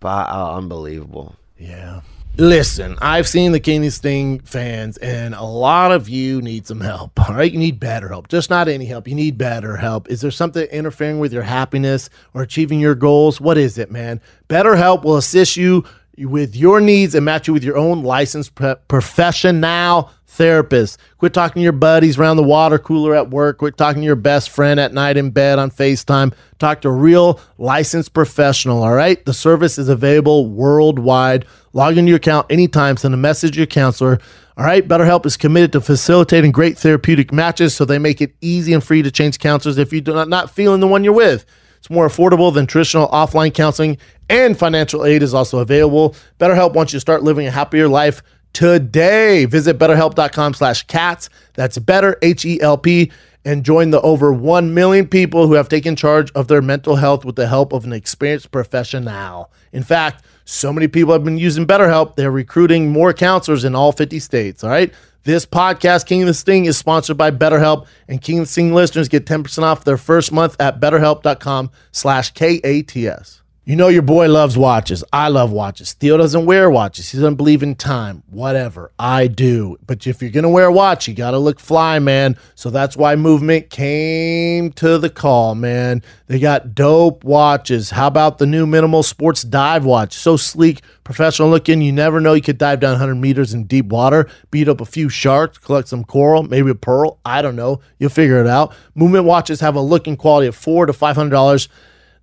[SPEAKER 2] but oh, unbelievable.
[SPEAKER 1] Yeah. Listen, I've seen the Kenny Sting fans, and a lot of you need some help. All right, you need better help, just not any help. You need better help. Is there something interfering with your happiness or achieving your goals? What is it, man? Better help will assist you with your needs and match you with your own licensed pre- professional therapist. Quit talking to your buddies around the water cooler at work. Quit talking to your best friend at night in bed on FaceTime. Talk to a real licensed professional, all right? The service is available worldwide. Log into your account anytime, send a message to your counselor. All right, BetterHelp is committed to facilitating great therapeutic matches so they make it easy and free to change counselors if you're not, not feeling the one you're with. It's more affordable than traditional offline counseling, and financial aid is also available. BetterHelp wants you to start living a happier life E today. Visit betterhelp.com slash cats. That's better, H-E-L-P. and join the over 1 million people who have taken charge of their mental health with the help of an experienced professional. In fact, so many people have been using BetterHelp, they're recruiting more counselors in all 50 states. All right. This podcast, King of the Sting, is sponsored by BetterHelp, and King of the Sting listeners get 10% off their first month at betterhelp.com slash K-A-T-S. You know your boy loves watches. I love watches. Theo doesn't wear watches. He doesn't believe in time. Whatever. I do. But if you're going to wear a watch, you got to look fly, man. So that's why Movement came to the call, man. They got dope watches. How about the new minimal sports dive watch? So sleek, professional looking. You never know. You could dive down 100 meters in deep water, beat up a few sharks, collect some coral, maybe a pearl. I don't know. You'll figure it out. Movement watches have a look and quality of four to $500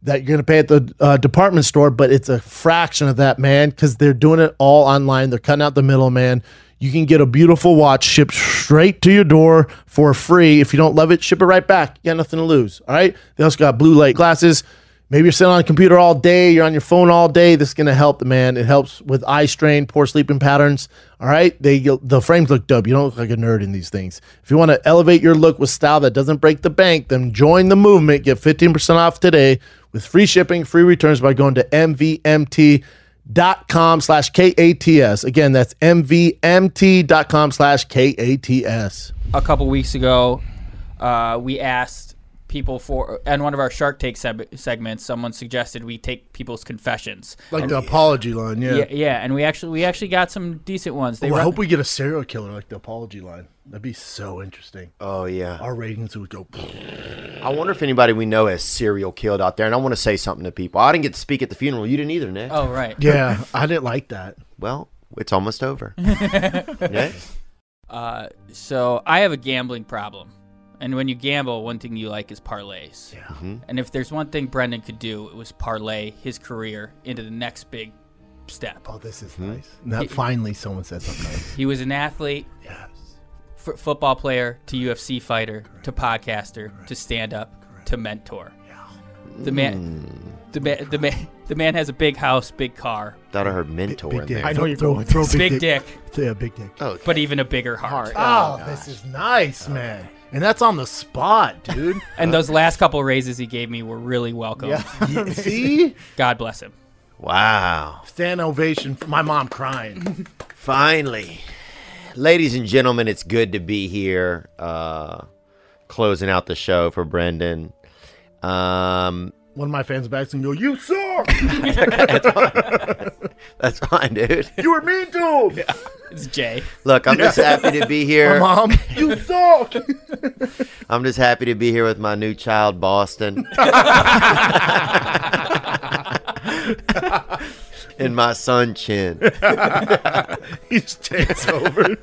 [SPEAKER 1] that you're going to pay at the uh, department store, but it's a fraction of that, man, because they're doing it all online. They're cutting out the middleman. You can get a beautiful watch shipped straight to your door for free. If you don't love it, ship it right back. You got nothing to lose. All right. They also got blue light glasses. Maybe you're sitting on a computer all day, you're on your phone all day. This is going to help the man. It helps with eye strain, poor sleeping patterns. All right. They the frames look dope. You don't look like a nerd in these things. If you want to elevate your look with style that doesn't break the bank, then join the movement. Get 15% off today with free shipping, free returns by going to mvmt.com slash K-A-T-S. Again, that's mvmt.com slash K-A-T-S.
[SPEAKER 6] a couple weeks ago, uh, we asked people for and one of our Shark Take seg- segments. Someone suggested we take people's confessions,
[SPEAKER 1] Like
[SPEAKER 6] And-
[SPEAKER 1] the apology line, yeah.
[SPEAKER 6] yeah, yeah, and we actually we actually got some decent ones. They
[SPEAKER 1] Oh, I
[SPEAKER 6] run-
[SPEAKER 1] hope we get a serial killer like the apology line. That'd be so interesting.
[SPEAKER 2] Oh yeah,
[SPEAKER 1] our ratings would go.
[SPEAKER 2] I wonder if anybody we know has serial killed out there, and I want to say something to people. I didn't get to speak at the funeral. You didn't either, Nick.
[SPEAKER 6] Oh, right.
[SPEAKER 1] Yeah, I didn't like that.
[SPEAKER 2] Well, it's almost over. Nick?
[SPEAKER 6] Uh, so I have a gambling problem, and when you gamble, one thing you like is parlays. Yeah.
[SPEAKER 1] Mm-hmm.
[SPEAKER 2] Mhm.
[SPEAKER 6] And if there's one thing Brendan could do, it was parlay his career into the next big step.
[SPEAKER 1] Oh, this is nice. Not finally someone said something. nice.
[SPEAKER 6] He was an athlete,
[SPEAKER 1] yes.
[SPEAKER 6] f- football player to UFC fighter to podcaster to stand up to mentor. The man, the man, the man, the man has a big house, big car,
[SPEAKER 2] Thought I heard mentor.
[SPEAKER 1] Big
[SPEAKER 2] in
[SPEAKER 1] dick.
[SPEAKER 2] there.
[SPEAKER 1] I know you're going throw
[SPEAKER 6] It's big
[SPEAKER 1] Yeah, big dick.
[SPEAKER 2] Oh,
[SPEAKER 6] but even a bigger heart.
[SPEAKER 1] Oh, this is nice, man. And that's on the spot, dude.
[SPEAKER 6] And those last couple raises he gave me were really welcome.
[SPEAKER 1] Yeah, See?
[SPEAKER 6] God bless him.
[SPEAKER 2] wow.
[SPEAKER 1] Stand ovation for my mom crying.
[SPEAKER 2] Finally, ladies and gentlemen, it's good to be here. Uh, closing out the show for Brendan. Um,
[SPEAKER 1] One of my fans backs and go, You suck!
[SPEAKER 2] that's fine, dude.
[SPEAKER 1] You were mean to him!
[SPEAKER 6] It's Jay.
[SPEAKER 2] Look, I'm just happy to be here.
[SPEAKER 1] Mom, you suck!
[SPEAKER 2] I'm just happy to be here with my new child, Boston. and my son, Chin.
[SPEAKER 1] he just takes over.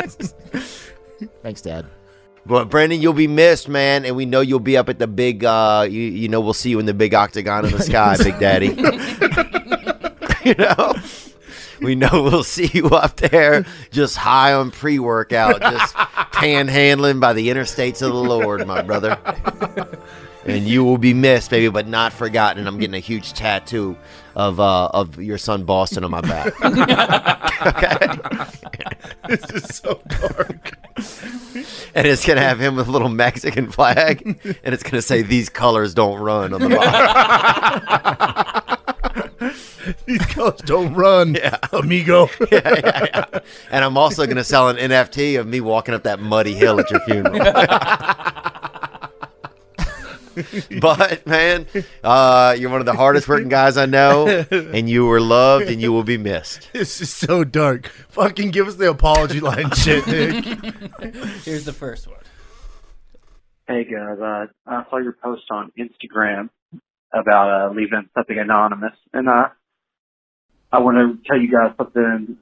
[SPEAKER 3] Thanks, Dad.
[SPEAKER 2] But Brendan, you'll be missed, man, and we know you'll be up at the big. Uh, you, you know, we'll see you in the big octagon in the sky, Big Daddy. you know, we know we'll see you up there, just high on pre-workout, just panhandling by the interstates of the Lord, my brother. And you will be missed, baby, but not forgotten. I'm getting a huge tattoo of uh, of your son Boston on my back.
[SPEAKER 1] this is so dark.
[SPEAKER 2] and it's gonna have him with a little Mexican flag, and it's gonna say "These colors don't run" on the bottom.
[SPEAKER 1] These colors don't run, amigo.
[SPEAKER 2] and I'm also gonna sell an NFT of me walking up that muddy hill at your funeral. but man, uh, you're one of the hardest working guys I know, and you were loved, and you will be missed.
[SPEAKER 1] This is so dark. Fucking give us the apology line shit, Nick.
[SPEAKER 6] Here's the first one.
[SPEAKER 11] Hey guys, uh, I saw your post on Instagram about uh, leaving something anonymous, and uh, I want to tell you guys something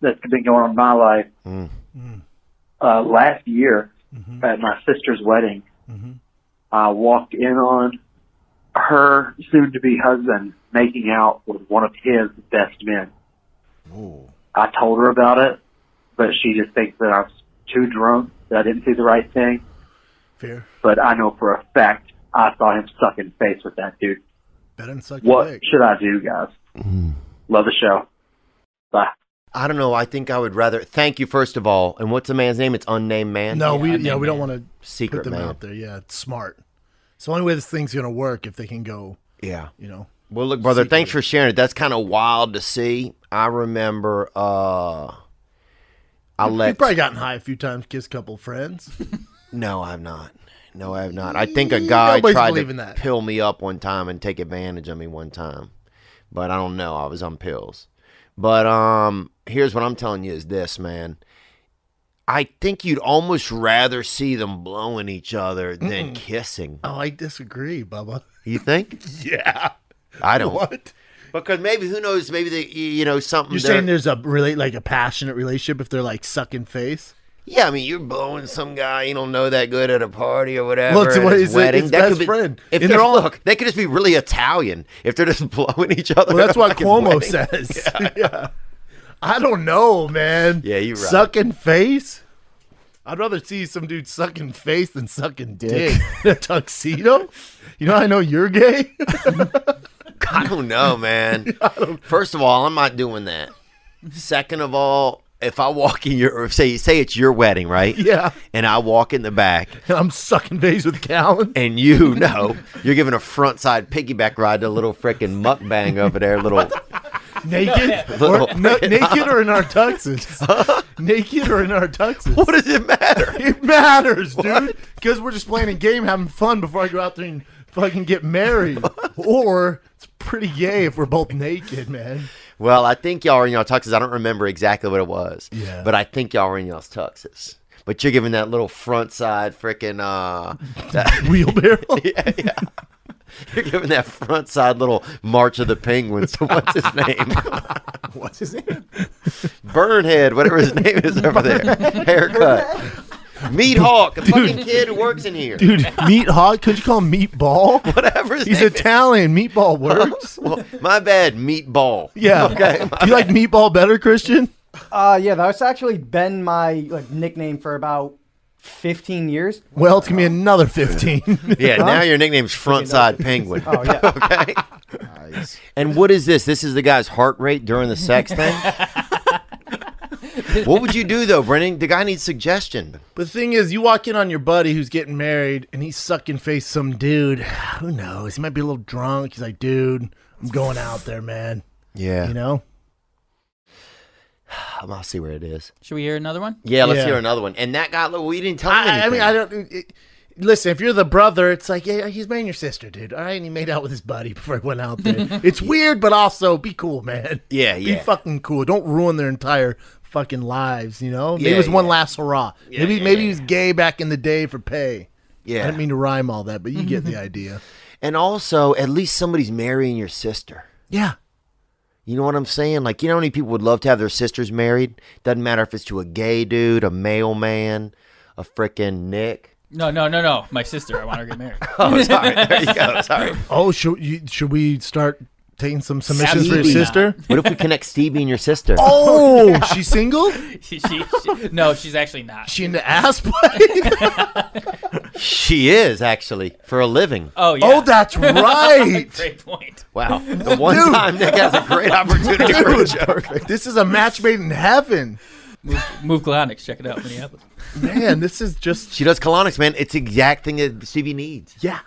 [SPEAKER 11] that's been going on in my life.
[SPEAKER 2] Mm.
[SPEAKER 11] Uh, last year, at my sister's wedding, I walked in on her soon-to-be husband making out with one of his best men. I told her about it, but she just thinks that I was too drunk, that I didn't do the right thing
[SPEAKER 1] Fair.
[SPEAKER 11] but I know for a fact I saw him sucking face with that dude.
[SPEAKER 1] Better than suck your
[SPEAKER 11] What
[SPEAKER 1] dick.
[SPEAKER 11] should I do, guys? Love the show. Bye.
[SPEAKER 2] I don't know. I think I would rather thank you first of all. And what's the man's name? It's unnamed man.
[SPEAKER 1] No, we yeah we don't want to
[SPEAKER 2] secret
[SPEAKER 1] put them
[SPEAKER 2] man.
[SPEAKER 1] out there. Yeah, it's smart. It's the only way this thing's gonna work if they can go.
[SPEAKER 2] Yeah.
[SPEAKER 1] you know.
[SPEAKER 2] Well, look, brother, thanks for sharing it. That's kind of wild to see. I remember uh I
[SPEAKER 1] You've
[SPEAKER 2] let
[SPEAKER 1] probably gotten high a few times, kissed a couple friends.
[SPEAKER 2] No, I have not. No, I have not. I think a guy
[SPEAKER 1] Mm, Nobody's
[SPEAKER 2] tried to
[SPEAKER 1] believing that.
[SPEAKER 2] pill me up one time and take advantage of me one time. But I don't know. I was on pills. But um here's what I'm telling you is this, man. I think you'd almost rather see them blowing each other than
[SPEAKER 1] Mm-mm.
[SPEAKER 2] kissing.
[SPEAKER 1] Oh, I disagree, Bubba.
[SPEAKER 2] You think?
[SPEAKER 1] Yeah.
[SPEAKER 2] I don't.
[SPEAKER 1] What?
[SPEAKER 2] Because maybe who knows? Maybe they, you know something.
[SPEAKER 1] You're
[SPEAKER 2] there-
[SPEAKER 1] saying there's a really like a passionate relationship if they're like sucking face.
[SPEAKER 2] Yeah, I mean, you're blowing some guy you don't know that good at a party or whatever.
[SPEAKER 1] Look, it's
[SPEAKER 2] at
[SPEAKER 1] what-
[SPEAKER 2] his
[SPEAKER 1] it's-
[SPEAKER 2] wedding.
[SPEAKER 1] it's
[SPEAKER 2] That
[SPEAKER 1] best
[SPEAKER 2] could be-
[SPEAKER 1] friend.
[SPEAKER 2] If
[SPEAKER 1] And
[SPEAKER 2] they're
[SPEAKER 1] they're all-
[SPEAKER 2] look, they could just be really Italian if they're just blowing each other.
[SPEAKER 1] Well, that's
[SPEAKER 2] at a
[SPEAKER 1] what
[SPEAKER 2] fucking
[SPEAKER 1] Cuomo
[SPEAKER 2] wedding.
[SPEAKER 1] says. Yeah. I don't know, man.
[SPEAKER 2] Yeah, you're right.
[SPEAKER 1] Sucking face? I'd rather see some dude sucking face than sucking dick. in a tuxedo? You know, how I know you're gay.
[SPEAKER 2] I don't know, man. First of all, I'm not doing that. Second of all, if I walk in your or say say it's your wedding, right?
[SPEAKER 1] Yeah.
[SPEAKER 2] And I walk in the back
[SPEAKER 1] and I'm sucking face with Callan.
[SPEAKER 2] And you know, you're giving a front side piggyback ride to a little frickin' mukbang over there, little
[SPEAKER 1] naked?
[SPEAKER 2] Little-
[SPEAKER 1] or, no, naked or in our tuxes? naked or in our tuxes? What
[SPEAKER 2] does it matter?
[SPEAKER 1] It matters, dude. Because we're just playing a game, having fun before I go out there and fucking get married. or it's pretty gay if we're both naked, man.
[SPEAKER 2] Well, I think y'all are in y'all tuxes. I don't remember exactly what it was.
[SPEAKER 1] Yeah.
[SPEAKER 2] But I think y'all are in y'all's tuxes. But you're giving that little front side freaking uh that,
[SPEAKER 1] wheelbarrow.
[SPEAKER 2] yeah, yeah. You're giving that front side little March of the Penguins to what's his name?
[SPEAKER 3] What's his name?
[SPEAKER 2] Burnhead, whatever his name is over there. Haircut. Meat Hawk, the fucking kid who works in here.
[SPEAKER 1] Dude, meat hog? Could you call him meatball?
[SPEAKER 2] Whatever his
[SPEAKER 1] He's
[SPEAKER 2] name is.
[SPEAKER 1] Italian. Meatball works.
[SPEAKER 2] well, my bad, meatball.
[SPEAKER 1] Yeah.
[SPEAKER 2] Okay.
[SPEAKER 1] Do you like meatball better, Christian?
[SPEAKER 10] Uh, yeah, that's actually been my like nickname for about 15 years.
[SPEAKER 1] Well, it's gonna be another fifteen.
[SPEAKER 2] Yeah, now your nickname's Frontside Penguin.
[SPEAKER 10] Oh, yeah.
[SPEAKER 2] okay. And what is this? This is the guy's heart rate during the sex thing? what would you do though, Brennan? The guy needs suggestion.
[SPEAKER 1] But the thing is, you walk in on your buddy who's getting married and he's sucking face some dude. Who knows? He might be a little drunk. He's like, dude, I'm going out there, man.
[SPEAKER 2] Yeah.
[SPEAKER 1] You know?
[SPEAKER 2] I'll see where it is.
[SPEAKER 6] Should we hear another one?
[SPEAKER 2] Yeah, let's
[SPEAKER 1] Yeah.
[SPEAKER 2] hear another one. And that guy, look, we didn't tell him
[SPEAKER 1] I, I
[SPEAKER 2] anything.
[SPEAKER 1] mean, I don't. It, listen, if you're the brother, it's like, yeah, he's marrying your sister, dude. All right. And he made out with his buddy before he went out there. it's weird, but also be cool, man.
[SPEAKER 2] Yeah,
[SPEAKER 1] Be
[SPEAKER 2] yeah.
[SPEAKER 1] fucking cool. Don't ruin their entire fucking lives, you know? Maybe
[SPEAKER 2] Yeah,
[SPEAKER 1] it was one
[SPEAKER 2] yeah.
[SPEAKER 1] last hurrah.
[SPEAKER 2] Yeah,
[SPEAKER 1] maybe
[SPEAKER 2] yeah,
[SPEAKER 1] maybe
[SPEAKER 2] yeah,
[SPEAKER 1] he was gay back in the day for pay.
[SPEAKER 2] Yeah.
[SPEAKER 1] I didn't mean to rhyme all that, but you get the idea.
[SPEAKER 2] and also, at least somebody's marrying your sister.
[SPEAKER 1] Yeah.
[SPEAKER 2] You know what I'm saying? Like, you know how many people would love to have their sisters married? Doesn't matter if it's to a gay dude, a mailman, a frickin' Nick.
[SPEAKER 6] No, no, no, no. My sister. I want her to get married.
[SPEAKER 2] Oh, sorry. There you go. Sorry.
[SPEAKER 1] Oh, should you, should we start taking some submissions for your
[SPEAKER 2] Stevie.
[SPEAKER 1] sister?
[SPEAKER 2] What if we connect Stevie and your sister?
[SPEAKER 1] Oh, she's single.
[SPEAKER 6] she, she, she, no, she's actually not.
[SPEAKER 1] She into ass play.
[SPEAKER 2] She is actually for a living.
[SPEAKER 6] Oh yeah.
[SPEAKER 1] Oh, that's right.
[SPEAKER 6] Great point.
[SPEAKER 2] Wow. The one time Nick has a great opportunity for a joke.
[SPEAKER 1] This is a match made in heaven,
[SPEAKER 6] Move, move Glonix. Check it out, Minneapolis.
[SPEAKER 1] man. This is just
[SPEAKER 2] She does colonics, man. It's the exact thing that Stevie needs.
[SPEAKER 1] yeah.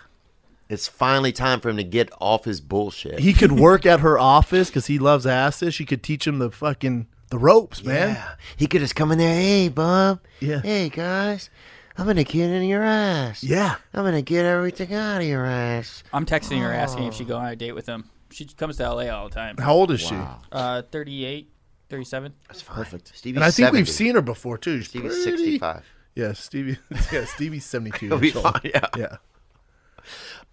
[SPEAKER 2] It's finally time for him to get off his bullshit.
[SPEAKER 1] He could work at her office because he loves asses. She could teach him the fucking the ropes, man.
[SPEAKER 2] yeah. He could just come in there, hey, bub.
[SPEAKER 1] Yeah.
[SPEAKER 2] Hey, guys. I'm going to get in your ass.
[SPEAKER 1] Yeah.
[SPEAKER 2] I'm going to get everything out of your ass.
[SPEAKER 6] I'm texting her asking if she go on a date with him. She comes to LA all the time.
[SPEAKER 1] How old is she?
[SPEAKER 6] Uh, 38, 37.
[SPEAKER 2] That's perfect. Stevie's
[SPEAKER 1] And I think we've
[SPEAKER 2] 70.
[SPEAKER 1] seen her before too. She's
[SPEAKER 2] Stevie's
[SPEAKER 1] pretty-
[SPEAKER 2] 65.
[SPEAKER 1] Yeah, Stevie. Yeah, Stevie's seventy-two.
[SPEAKER 2] He'll be
[SPEAKER 1] years old.
[SPEAKER 2] fine, yeah.
[SPEAKER 1] yeah.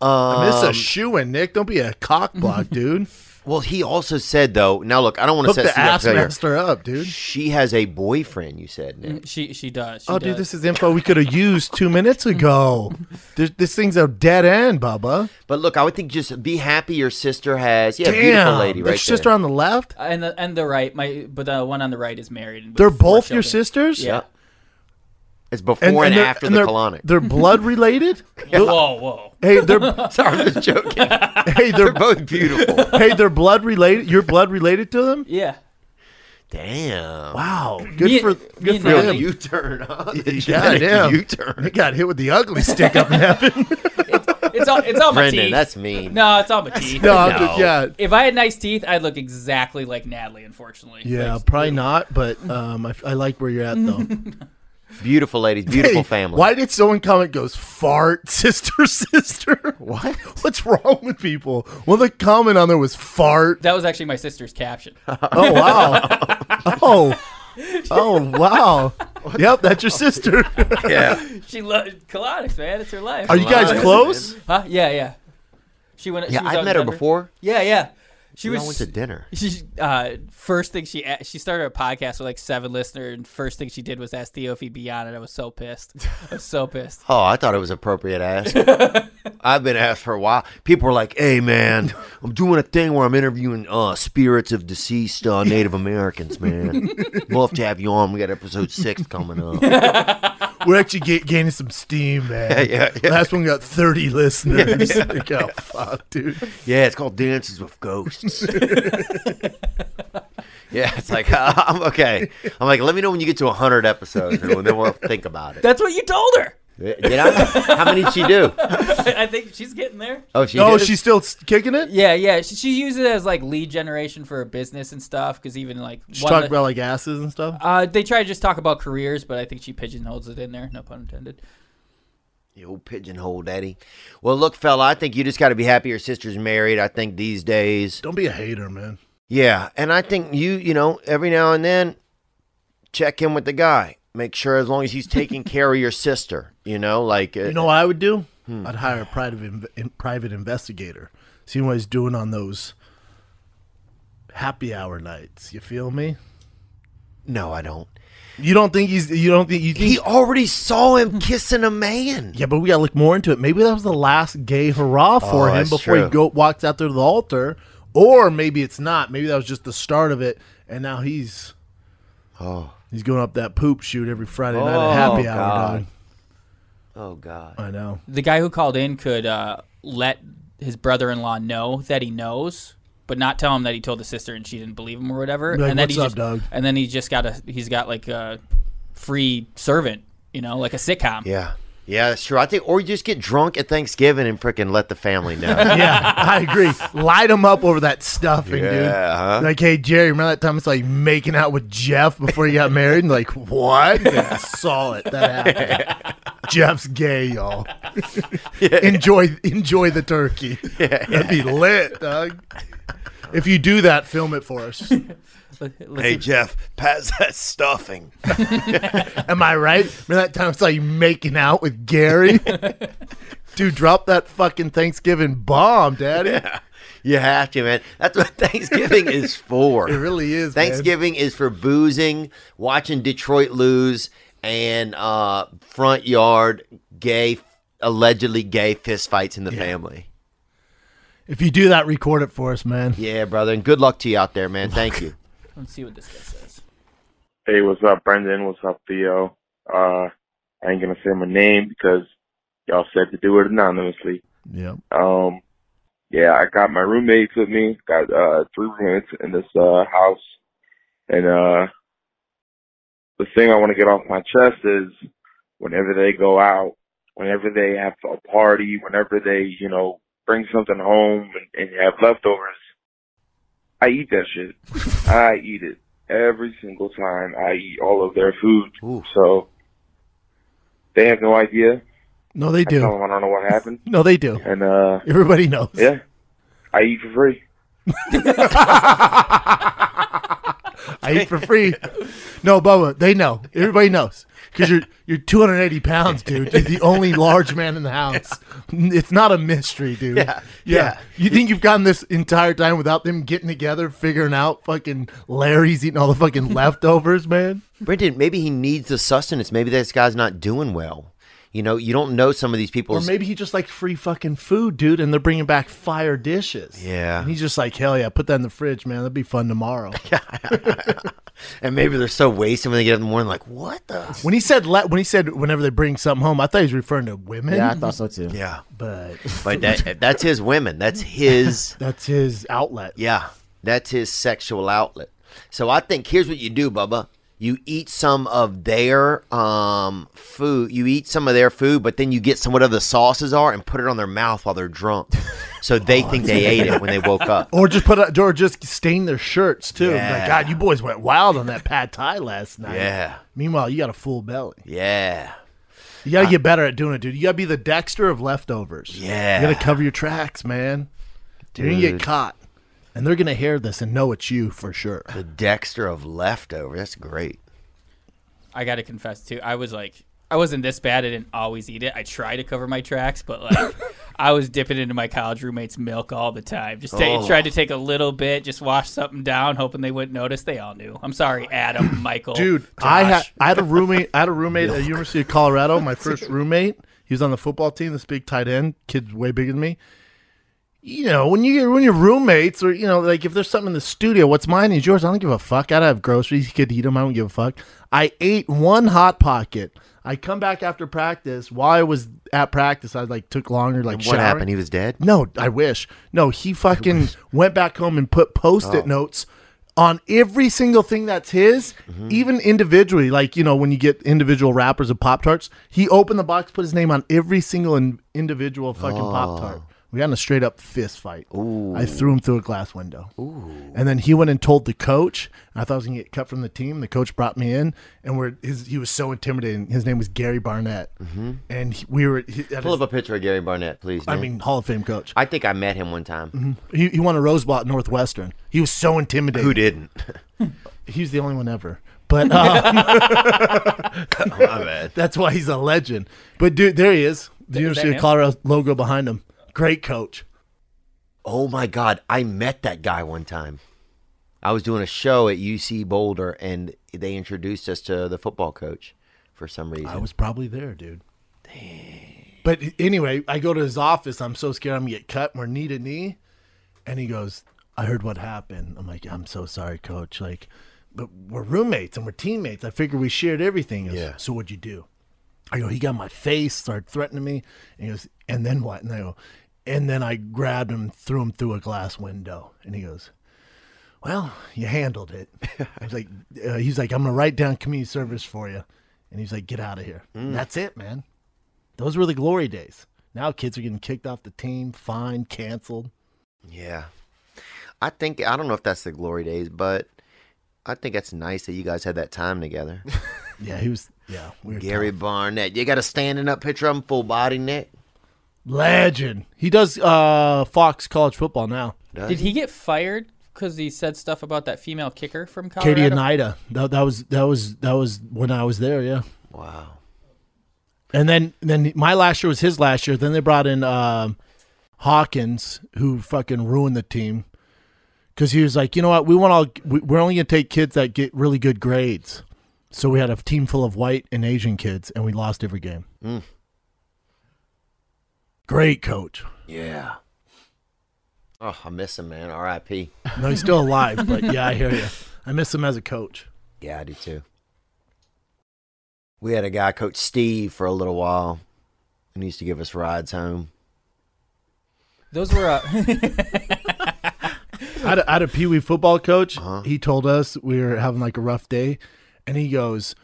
[SPEAKER 2] Um,
[SPEAKER 1] Miss a shoe in Nick. Don't be a cock block, dude.
[SPEAKER 2] well, he also said, though, now look, I don't want to
[SPEAKER 1] Hook
[SPEAKER 2] set
[SPEAKER 1] the
[SPEAKER 2] Stevie up
[SPEAKER 1] ass
[SPEAKER 2] for failure.
[SPEAKER 1] master up, dude.
[SPEAKER 2] She has a boyfriend, you said, Nick.
[SPEAKER 6] Mm, She she does. She
[SPEAKER 1] oh,
[SPEAKER 6] does.
[SPEAKER 1] dude, this is info we could have used two minutes ago. this, this thing's a dead end, Bubba.
[SPEAKER 2] But look, I would think just be happy your sister has. Yeah, beautiful lady
[SPEAKER 1] that
[SPEAKER 2] right
[SPEAKER 1] sister
[SPEAKER 2] there.
[SPEAKER 1] on the left.
[SPEAKER 6] and the and the right. My but the one on the right is married. with
[SPEAKER 1] They're
[SPEAKER 6] four
[SPEAKER 1] both your
[SPEAKER 6] children.
[SPEAKER 1] sisters.
[SPEAKER 6] Yeah.
[SPEAKER 2] It's before
[SPEAKER 1] and,
[SPEAKER 2] and,
[SPEAKER 1] they're-
[SPEAKER 2] after
[SPEAKER 1] and
[SPEAKER 2] the
[SPEAKER 1] they're-
[SPEAKER 2] colonic.
[SPEAKER 1] They're blood related.
[SPEAKER 6] Whoa, whoa.
[SPEAKER 1] hey, they're
[SPEAKER 2] Sorry, I'm just joking. They're
[SPEAKER 1] hey they're
[SPEAKER 2] both beautiful.
[SPEAKER 1] hey they're blood related. You're blood related to them.
[SPEAKER 6] Yeah.
[SPEAKER 2] Damn.
[SPEAKER 1] Wow. Good for good for
[SPEAKER 2] Real
[SPEAKER 1] him.
[SPEAKER 2] U-turn, huh? The
[SPEAKER 1] Yeah,
[SPEAKER 2] genetic
[SPEAKER 1] damn.
[SPEAKER 2] U-turn.
[SPEAKER 1] He got hit with the ugly stick up in heaven.
[SPEAKER 6] It's all it's all my
[SPEAKER 2] Brendan,
[SPEAKER 6] teeth.
[SPEAKER 2] that's mean.
[SPEAKER 6] No, it's all my teeth.
[SPEAKER 1] No, I'm just- No. yeah.
[SPEAKER 6] If I had nice teeth, I'd look exactly like Natalie. Unfortunately.
[SPEAKER 1] yeah, probably not. But um, I, I like where you're at though.
[SPEAKER 2] Beautiful ladies, beautiful
[SPEAKER 1] Hey,
[SPEAKER 2] family.
[SPEAKER 1] Why did someone comment goes fart sister sister? What? What's wrong with people? Well, the comment on there was fart.
[SPEAKER 6] That was actually my sister's caption.
[SPEAKER 1] Oh wow. oh. Oh wow. Yep, that's your sister.
[SPEAKER 6] she loves colonics, man. It's her life.
[SPEAKER 1] Are you guys
[SPEAKER 6] Colonics.
[SPEAKER 1] close?
[SPEAKER 6] Huh? Yeah, yeah. She went.
[SPEAKER 2] Yeah,
[SPEAKER 6] she was
[SPEAKER 2] I've
[SPEAKER 6] out in
[SPEAKER 2] met her
[SPEAKER 6] Denver.
[SPEAKER 2] before.
[SPEAKER 6] Yeah, yeah. She
[SPEAKER 2] We
[SPEAKER 6] was.
[SPEAKER 2] all went to dinner.
[SPEAKER 6] She uh, first thing she a- she started a podcast with like seven listeners, and first thing she did was ask Theo if he'd be on it. I was so pissed. I was so pissed.
[SPEAKER 2] Oh, I thought it was appropriate ask. I've been asked for a while. People were like, "Hey, man, I'm doing a thing where I'm interviewing uh, spirits of deceased uh, Native Americans, man. Love to have you on. We got episode six coming up."
[SPEAKER 1] We're actually ga- gaining some steam, man.
[SPEAKER 2] Yeah, yeah, yeah.
[SPEAKER 1] Last one got 30
[SPEAKER 2] Yeah,
[SPEAKER 1] listeners.
[SPEAKER 2] yeah.
[SPEAKER 1] Like, oh, fuck, dude.
[SPEAKER 2] yeah, it's called Dances with Ghosts. yeah, it's like uh, I'm okay. I'm like, let me know when you get to hundred episodes, and then we'll think about it.
[SPEAKER 6] That's what you told her.
[SPEAKER 2] Did I? How many did she do?
[SPEAKER 6] I think she's getting there.
[SPEAKER 2] Oh, she.
[SPEAKER 1] oh,
[SPEAKER 2] did?
[SPEAKER 1] she's still s- kicking it?
[SPEAKER 6] Yeah, yeah. She, she uses it as like lead generation for her business and stuff. Because even like
[SPEAKER 1] She
[SPEAKER 6] one
[SPEAKER 1] talk
[SPEAKER 6] li-
[SPEAKER 1] about like asses and stuff?
[SPEAKER 6] uh, they try to just talk about careers, but I think she pigeonholes it in there. No pun intended.
[SPEAKER 2] You old pigeonhole daddy. Well, look, fella, I think you just got to be happy your sister's married. I think these days.
[SPEAKER 1] Don't be a hater, man.
[SPEAKER 2] Yeah. And I think you, you know, every now and then check in with the guy. Make sure as long as he's taking care of your sister, you know, like, uh,
[SPEAKER 1] You know what I would do?
[SPEAKER 2] Hmm.
[SPEAKER 1] I'd hire a private, inv- in- private investigator. See what he's doing on those happy hour nights. You feel me?
[SPEAKER 2] no, I don't.
[SPEAKER 1] You don't think he's, you don't think, you think.
[SPEAKER 2] He already saw him kissing a man.
[SPEAKER 1] yeah, but we gotta look more into it. Maybe that was the last gay hurrah
[SPEAKER 2] Oh,
[SPEAKER 1] for him
[SPEAKER 2] that's
[SPEAKER 1] before he
[SPEAKER 2] true.
[SPEAKER 1] go walks out there to the altar, or maybe it's not. Maybe that was just the start of it, and now he's
[SPEAKER 2] Oh,
[SPEAKER 1] He's going up that poop shoot every Friday night
[SPEAKER 2] Oh,
[SPEAKER 1] at happy hour.
[SPEAKER 2] God.
[SPEAKER 1] dog.
[SPEAKER 2] oh, God.
[SPEAKER 1] I know.
[SPEAKER 6] The guy who called in could uh, let his brother-in-law know that he knows, but not tell him that he told the sister and she didn't believe him or whatever.
[SPEAKER 1] Be like,
[SPEAKER 6] and then
[SPEAKER 1] "What's
[SPEAKER 6] he
[SPEAKER 1] up,
[SPEAKER 6] just,
[SPEAKER 1] dog?"
[SPEAKER 6] And then he just got a he's got like a free servant, you know, like a sitcom.
[SPEAKER 2] Yeah. Yeah, that's true. I think, or you just get drunk at Thanksgiving and freaking let the family know.
[SPEAKER 1] Yeah, I agree. Light him up over that stuffing,
[SPEAKER 2] Yeah, huh?
[SPEAKER 1] dude. Like, hey Jerry, remember that time it's like making out with Jeff before you got married? And like, what? He's like, I saw it. That happened. Jeff's gay, y'all. enjoy enjoy the turkey. That'd be lit, dog. If you do that, film it for us.
[SPEAKER 2] hey, Jeff, pass that stuffing.
[SPEAKER 1] Am I right? Remember that time it's like making out with Gary? Dude, drop that fucking Thanksgiving bomb, Daddy.
[SPEAKER 2] You have to, man. That's what Thanksgiving is for.
[SPEAKER 1] It really is. man.
[SPEAKER 2] Thanksgiving is for boozing, watching Detroit lose, and uh, front yard gay, allegedly gay fist fights in the family.
[SPEAKER 1] If you do that, record it for us, man.
[SPEAKER 2] Yeah, brother. And good luck to you out there, man. Thank you.
[SPEAKER 6] Let's see what this guy says.
[SPEAKER 12] Hey, what's up, Brendan? What's up, Theo? Uh, I ain't gonna say my name because y'all said to do it anonymously.
[SPEAKER 1] Yeah.
[SPEAKER 12] Um, yeah, I got my roommates with me. Got uh three roommates in this uh house, and uh, the thing I want to get off my chest is whenever they go out, whenever they have a party, whenever they you know bring something home and, and have leftovers, I eat that shit. I eat it every single time. I eat all of their food, so they have no idea.
[SPEAKER 1] No, Oh, they
[SPEAKER 12] I tell
[SPEAKER 1] do.
[SPEAKER 12] them I don't know what happened.
[SPEAKER 1] No, they do.
[SPEAKER 12] And uh,
[SPEAKER 1] Everybody knows.
[SPEAKER 12] yeah, I eat for free.
[SPEAKER 1] I eat for free. No, Bubba, they know. Everybody knows because you're you're 280 pounds, dude. You're the only large man in the house. It's not a mystery, dude.
[SPEAKER 2] Yeah, yeah.
[SPEAKER 1] You think you've gotten this entire time without them getting together, figuring out fucking Larry's eating all the fucking leftovers, man?
[SPEAKER 2] Brendan, maybe he needs the sustenance. Maybe this guy's not doing well. You know, you don't know some of these
[SPEAKER 1] Or
[SPEAKER 2] people's.
[SPEAKER 1] maybe he just likes free fucking food, dude, and they're bringing back fire dishes.
[SPEAKER 2] Yeah.
[SPEAKER 1] And he's just like, hell yeah, put that in the fridge, man. That'd be fun tomorrow.
[SPEAKER 2] and maybe they're so wasted when they get up in the morning, like, what the?
[SPEAKER 1] When he said le- when he said whenever they bring something home, I thought he was referring to women.
[SPEAKER 3] Yeah, I thought so too.
[SPEAKER 2] Yeah.
[SPEAKER 1] but
[SPEAKER 2] But that, that's his women. That's his. Uh,
[SPEAKER 1] that's his outlet.
[SPEAKER 2] Yeah, that's his sexual outlet. So I think here's what you do, Bubba. You eat some of their um, food. You eat some of their food, but then you get some whatever the sauces are and put it on their mouth while they're drunk, so they
[SPEAKER 1] Oh,
[SPEAKER 2] think they ate it when they woke up.
[SPEAKER 1] Or just put a, or just stain their shirts too. Like,
[SPEAKER 2] Yeah.
[SPEAKER 1] God, you boys went wild on that pad thai last night.
[SPEAKER 2] Yeah.
[SPEAKER 1] Meanwhile, you got a full belly.
[SPEAKER 2] Yeah.
[SPEAKER 1] You got to get better at doing it, dude. You got to be the Dexter of leftovers.
[SPEAKER 2] Yeah.
[SPEAKER 1] You got to cover your tracks, man. Dude. You're gonna get
[SPEAKER 2] Dude.
[SPEAKER 1] caught, and they're gonna hear this and know it's you for sure.
[SPEAKER 2] The Dexter of leftover. That's great.
[SPEAKER 6] I got to confess too. I was like, I wasn't this bad. I didn't always eat it. I try to cover my tracks, but like, I was dipping into my college roommate's milk all the time. Just ta-
[SPEAKER 1] Oh.
[SPEAKER 6] tried to take a little bit, just wash something down, hoping they wouldn't notice. They all knew. I'm sorry, Adam, Michael,
[SPEAKER 1] Dude, I
[SPEAKER 6] Josh.
[SPEAKER 1] had I had a roommate. I had a roommate at University of Colorado. My first roommate. He was on the football team. This big tight end, kid's way bigger than me. You know, when you get when your roommates or you know, like if there's something in the studio, what's mine is yours. I don't give a fuck. I'd have groceries. You could eat them. I don't give a fuck. I ate one hot pocket. I come back after practice. While I was at practice, I like took longer. Like
[SPEAKER 2] what happened? He
[SPEAKER 1] was.
[SPEAKER 2] was dead.
[SPEAKER 1] No, I wish. No, he fucking went back home and put post-it
[SPEAKER 2] Oh.
[SPEAKER 1] notes on every single thing that's his, even individually. Like you know, when you get individual wrappers of Pop Tarts, he opened the box, put his name on every single in- individual fucking Pop Tart. We got in a straight up fist fight. I threw him through a glass window. And then he went and told the coach. And I thought I was gonna get cut from the team. The coach brought me in, and we're his, he was so intimidating. His name was Gary Barnett,
[SPEAKER 2] Mhm.
[SPEAKER 1] and he, we were. He, at
[SPEAKER 2] Pull
[SPEAKER 1] his-
[SPEAKER 2] up a picture of Gary Barnett, please.
[SPEAKER 1] I
[SPEAKER 2] Nick.
[SPEAKER 1] mean, Hall of Fame coach.
[SPEAKER 2] I think I met him one time.
[SPEAKER 1] Mhm. He, he won a Rose Bowl at Northwestern. He was so intimidating.
[SPEAKER 2] Who didn't?
[SPEAKER 1] He was the only one ever. But um,
[SPEAKER 2] Oh, bad.
[SPEAKER 1] that's why he's a legend. But dude, there he is. The
[SPEAKER 2] Is that
[SPEAKER 1] University of
[SPEAKER 2] him?
[SPEAKER 1] Colorado logo behind him. Great coach.
[SPEAKER 2] Oh my God, I met that guy one time. I was doing a show at UC Boulder, and they introduced us to the football coach for some reason.
[SPEAKER 1] I was probably there, dude. But anyway, I go to his office. I'm so scared I'm gonna get cut. We're knee to knee, and he goes, "I heard what happened." I'm like, "I'm so sorry, coach." Like, but we're roommates and we're teammates. I figure we shared everything. He goes, So what'd you do? I go, he got in my face, started threatening me. And he goes, and then what? And I go, and then I grabbed him, threw him through a glass window. And he goes, well, you handled it. I was like, uh, he's like, I'm going to write down community service for you. And he's like, get out of here.
[SPEAKER 2] Mm.
[SPEAKER 1] That's it, man. Those were the glory days. Now kids are getting kicked off the team, fined, canceled.
[SPEAKER 2] Yeah. I think, I don't know if that's the glory days, but I think it's nice that you guys had that time together.
[SPEAKER 1] Yeah, he was, yeah, we were
[SPEAKER 2] Gary Barnett. You got a standing up picture of him, full body, Nick?
[SPEAKER 1] legend. He does uh, Fox college football now.
[SPEAKER 6] Did he get fired because he said stuff about that female kicker from Colorado?
[SPEAKER 1] Katie Anida. That, that was that was that was when I was there. Yeah.
[SPEAKER 2] Wow.
[SPEAKER 1] And then then my last year was his last year. Then they brought in um, Hawkins, who fucking ruined the team because he was like, you know what, we want all we- we're only gonna take kids that get really good grades. So we had a team full of white and Asian kids, and we lost every game.
[SPEAKER 2] Mm.
[SPEAKER 1] Great coach.
[SPEAKER 2] Yeah. Oh, I miss him, man. R.I.P.
[SPEAKER 1] No, he's still alive, but yeah, I hear you. I miss him as a coach.
[SPEAKER 2] Yeah, I do too. We had a guy, Coach Steve, for a little while, and he used to give us rides home.
[SPEAKER 6] Those were. Uh,
[SPEAKER 1] I had a, I had a Pee Wee football coach. He told us we were having like a rough day, and he goes,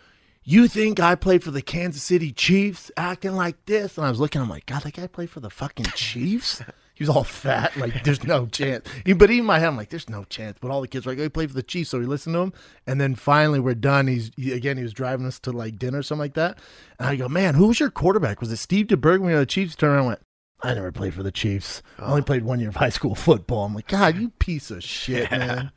[SPEAKER 1] "You think I played for the Kansas City Chiefs, acting like this?" And I was looking. I'm like, God, that guy played for the fucking Chiefs. He was all fat, like there's no chance. He- But even in my head, I'm like, there's no chance. But all the kids were like, oh, he played for the Chiefs, so we listened to him. And then finally, we're done. He's he, again, he was driving us to like dinner, or something like that. And I go, man, who was your quarterback? Was it Steve DeBerg? When we were the Chiefs turned around, and went, I never played for the Chiefs. I only played one year of high school football. I'm like, God, you piece of shit, man.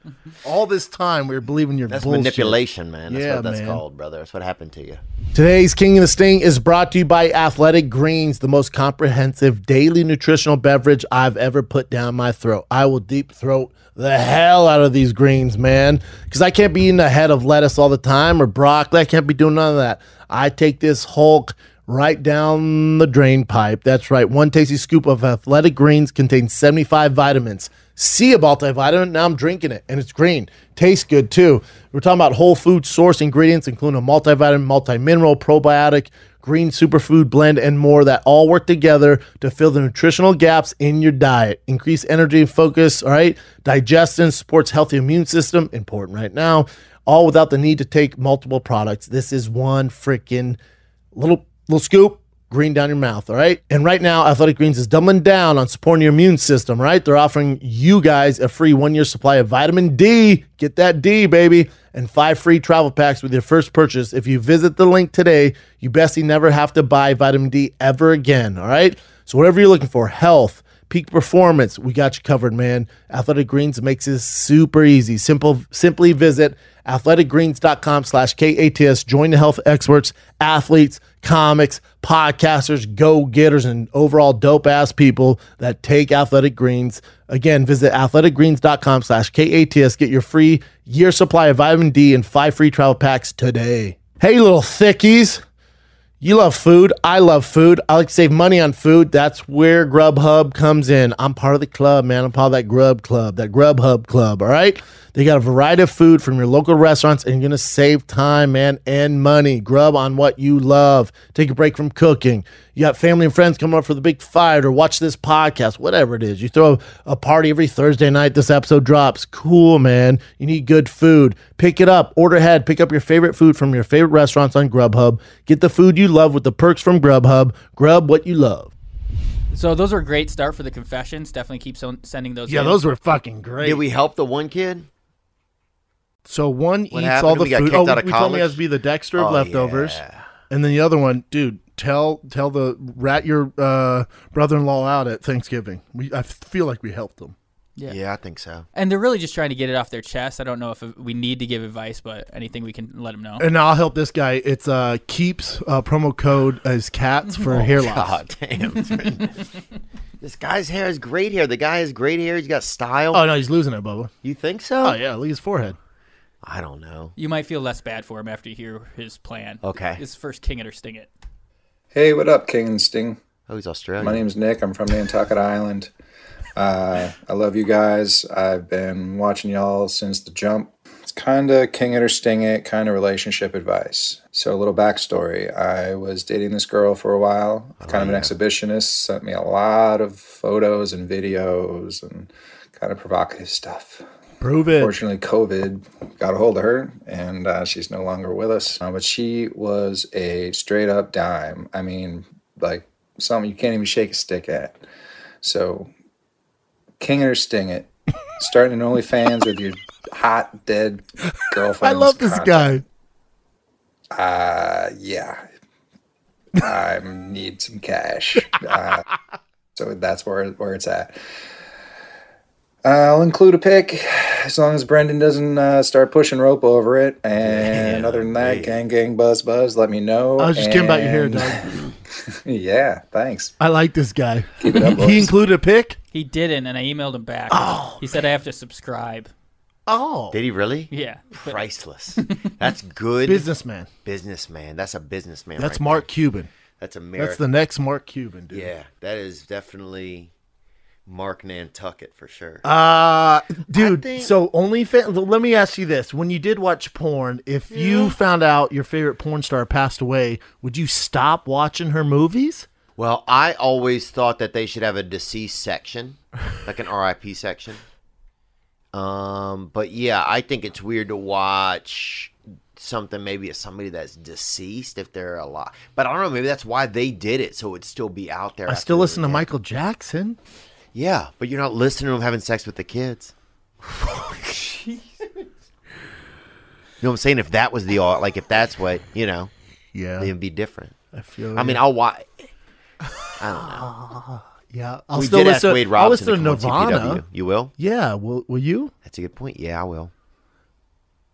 [SPEAKER 1] All this time we were believing your
[SPEAKER 2] That's
[SPEAKER 1] bullshit.
[SPEAKER 2] manipulation, man. That's
[SPEAKER 1] Yeah,
[SPEAKER 2] what that's
[SPEAKER 1] man.
[SPEAKER 2] called, brother. That's what happened to you.
[SPEAKER 1] Today's King of the Sting is brought to you by Athletic Greens, the most comprehensive daily nutritional beverage I've ever put down my throat. I will deep throat the hell out of these greens, man, because I can't be eating a head of lettuce all the time or broccoli. I can't be doing none of that. I take this Hulk right down the drain pipe. That's right. One tasty scoop of Athletic Greens contains 75 vitamins. see a multivitamin. Now I'm drinking it and it's green. Tastes good too. We're talking about whole food source ingredients, including a multivitamin, multimineral, probiotic, green superfood blend, and more that all work together to fill the nutritional gaps in your diet. Increase energy and focus, all right? Digestion supports healthy immune system, important right now, all without the need to take multiple products. This is one freaking little little scoop green down your mouth all right and right now athletic greens is doubling down on supporting your immune system right they're offering you guys a free one-year supply of vitamin d get that d baby and five free travel packs with your first purchase if you visit the link today you best never have to buy vitamin d ever again all right so whatever you're looking for health peak performance we got you covered man athletic greens makes this super easy simple simply visit athleticgreens.com slash k-a-t-s join the health experts athletes comics podcasters go-getters and overall dope ass people that take athletic greens again visit athleticgreens.com slash k-a-t-s get your free year supply of vitamin d and five free travel packs today hey little thickies you love food. I love food. I like to save money on food. That's where Grubhub comes in. I'm part of the club, man. I'm part of that Grub Club, that Grubhub Club. All right. They got a variety of food from your local restaurants, and you're going to save time, man, and money. Grub on what you love. Take a break from cooking. You got family and friends coming up for the big fight or watch this podcast, whatever it is. You throw a party every Thursday night. This episode drops. Cool, man. You need good food. Pick it up. Order ahead. Pick up your favorite food from your favorite restaurants on Grubhub. Get the food you love with the perks from Grubhub. Grub what you love.
[SPEAKER 6] So those were a great start for the confessions. Definitely keep so- sending those.
[SPEAKER 1] Yeah,
[SPEAKER 6] in.
[SPEAKER 1] those were fucking great.
[SPEAKER 2] Did we help the one kid?
[SPEAKER 1] So one
[SPEAKER 2] What
[SPEAKER 1] eats
[SPEAKER 2] happened?
[SPEAKER 1] all the
[SPEAKER 2] We got
[SPEAKER 1] food.
[SPEAKER 2] kicked out of
[SPEAKER 1] we told me
[SPEAKER 2] college?
[SPEAKER 1] has to be the Dexter of
[SPEAKER 2] Oh,
[SPEAKER 1] leftovers, and then the other one, dude. Tell tell the rat your uh, brother in law out at Thanksgiving. We I feel like we helped them.
[SPEAKER 6] Yeah.
[SPEAKER 2] I think so.
[SPEAKER 6] And they're really just trying to get it off their chest. I don't know if we need to give advice, but anything we can let them know.
[SPEAKER 1] And I'll help this guy. It's uh keeps uh, promo code as cats for hair loss.
[SPEAKER 2] God damn. this guy's hair is great hair. The guy has great hair. He's got style.
[SPEAKER 1] Oh no, he's losing it, Bubba.
[SPEAKER 2] You think so?
[SPEAKER 1] Oh yeah, look at his forehead.
[SPEAKER 2] I don't know.
[SPEAKER 6] You might feel less bad for him after you hear his plan.
[SPEAKER 2] Okay.
[SPEAKER 6] His first king it or sting it.
[SPEAKER 13] Hey, what up, King and Sting?
[SPEAKER 2] Oh, he's Australian.
[SPEAKER 13] My name's Nick. I'm from Nantucket Island. Uh, I love you guys. I've been watching y'all since the jump. It's kind of King It or Sting It kind of relationship advice. So, a little backstory I was dating this girl for a while, kind of an exhibitionist, sent me a lot of photos and videos and kind of provocative stuff.
[SPEAKER 1] Prove it.
[SPEAKER 13] Fortunately, COVID got a hold of her, and uh, she's no longer with us. Uh, but she was a straight up dime. I mean, like something you can't even shake a stick at. So, king it or sting it. Starting an OnlyFans with your hot dead girlfriend.
[SPEAKER 1] I love this guy.
[SPEAKER 13] Uh, yeah. I need some cash. Uh, so that's where where it's at. Uh, I'll include a pic as long as Brendan doesn't uh, start pushing rope over it. And other than that, gang, gang, buzz, buzz, let me know.
[SPEAKER 1] I was just kidding about your hair,
[SPEAKER 13] And-
[SPEAKER 1] dog.
[SPEAKER 13] yeah, thanks.
[SPEAKER 1] I like this guy.
[SPEAKER 13] Keep it up,
[SPEAKER 1] he
[SPEAKER 13] boys.
[SPEAKER 1] included a pick.
[SPEAKER 6] He didn't, and I emailed him back. he said I have to subscribe.
[SPEAKER 1] Oh.
[SPEAKER 2] Did he really?
[SPEAKER 6] Yeah.
[SPEAKER 2] Priceless. That's good.
[SPEAKER 1] Businessman.
[SPEAKER 2] Businessman. That's a businessman.
[SPEAKER 1] That's
[SPEAKER 2] right
[SPEAKER 1] Mark
[SPEAKER 2] there.
[SPEAKER 1] Cuban.
[SPEAKER 2] That's America.
[SPEAKER 1] That's the next Mark Cuban, dude.
[SPEAKER 2] Yeah, that is definitely Mark Nantucket for sure.
[SPEAKER 1] Uh dude, so OnlyFans let me ask you this. When you did watch porn, if you found out your favorite porn star passed away, would you stop watching her movies?
[SPEAKER 2] Well, I always thought that they should have a deceased section, like an RIP section. Um, but yeah, I think it's weird to watch something maybe it's somebody that's deceased if they're alive. But I don't know, maybe that's why they did it so it'd still be out there.
[SPEAKER 1] I
[SPEAKER 2] after
[SPEAKER 1] still
[SPEAKER 2] they
[SPEAKER 1] listen
[SPEAKER 2] were
[SPEAKER 1] to
[SPEAKER 2] dead.
[SPEAKER 1] Michael Jackson.
[SPEAKER 2] Yeah, but you're not listening to them having sex with the kids. You know what I'm saying? If that was the art, like if that's what you know,
[SPEAKER 1] yeah,
[SPEAKER 2] it'd be different.
[SPEAKER 1] I feel
[SPEAKER 2] I mean,
[SPEAKER 1] you.
[SPEAKER 2] I'll watch. I don't know.
[SPEAKER 1] Ah, Yeah, I'll
[SPEAKER 2] we
[SPEAKER 1] still
[SPEAKER 2] did
[SPEAKER 1] listen.
[SPEAKER 2] ask Wade
[SPEAKER 1] I'll
[SPEAKER 2] Robson
[SPEAKER 1] listen to
[SPEAKER 2] to come on
[SPEAKER 1] Nirvana.
[SPEAKER 2] CPW. You will?
[SPEAKER 1] Yeah, will will you?
[SPEAKER 2] That's a good point. Yeah, I will.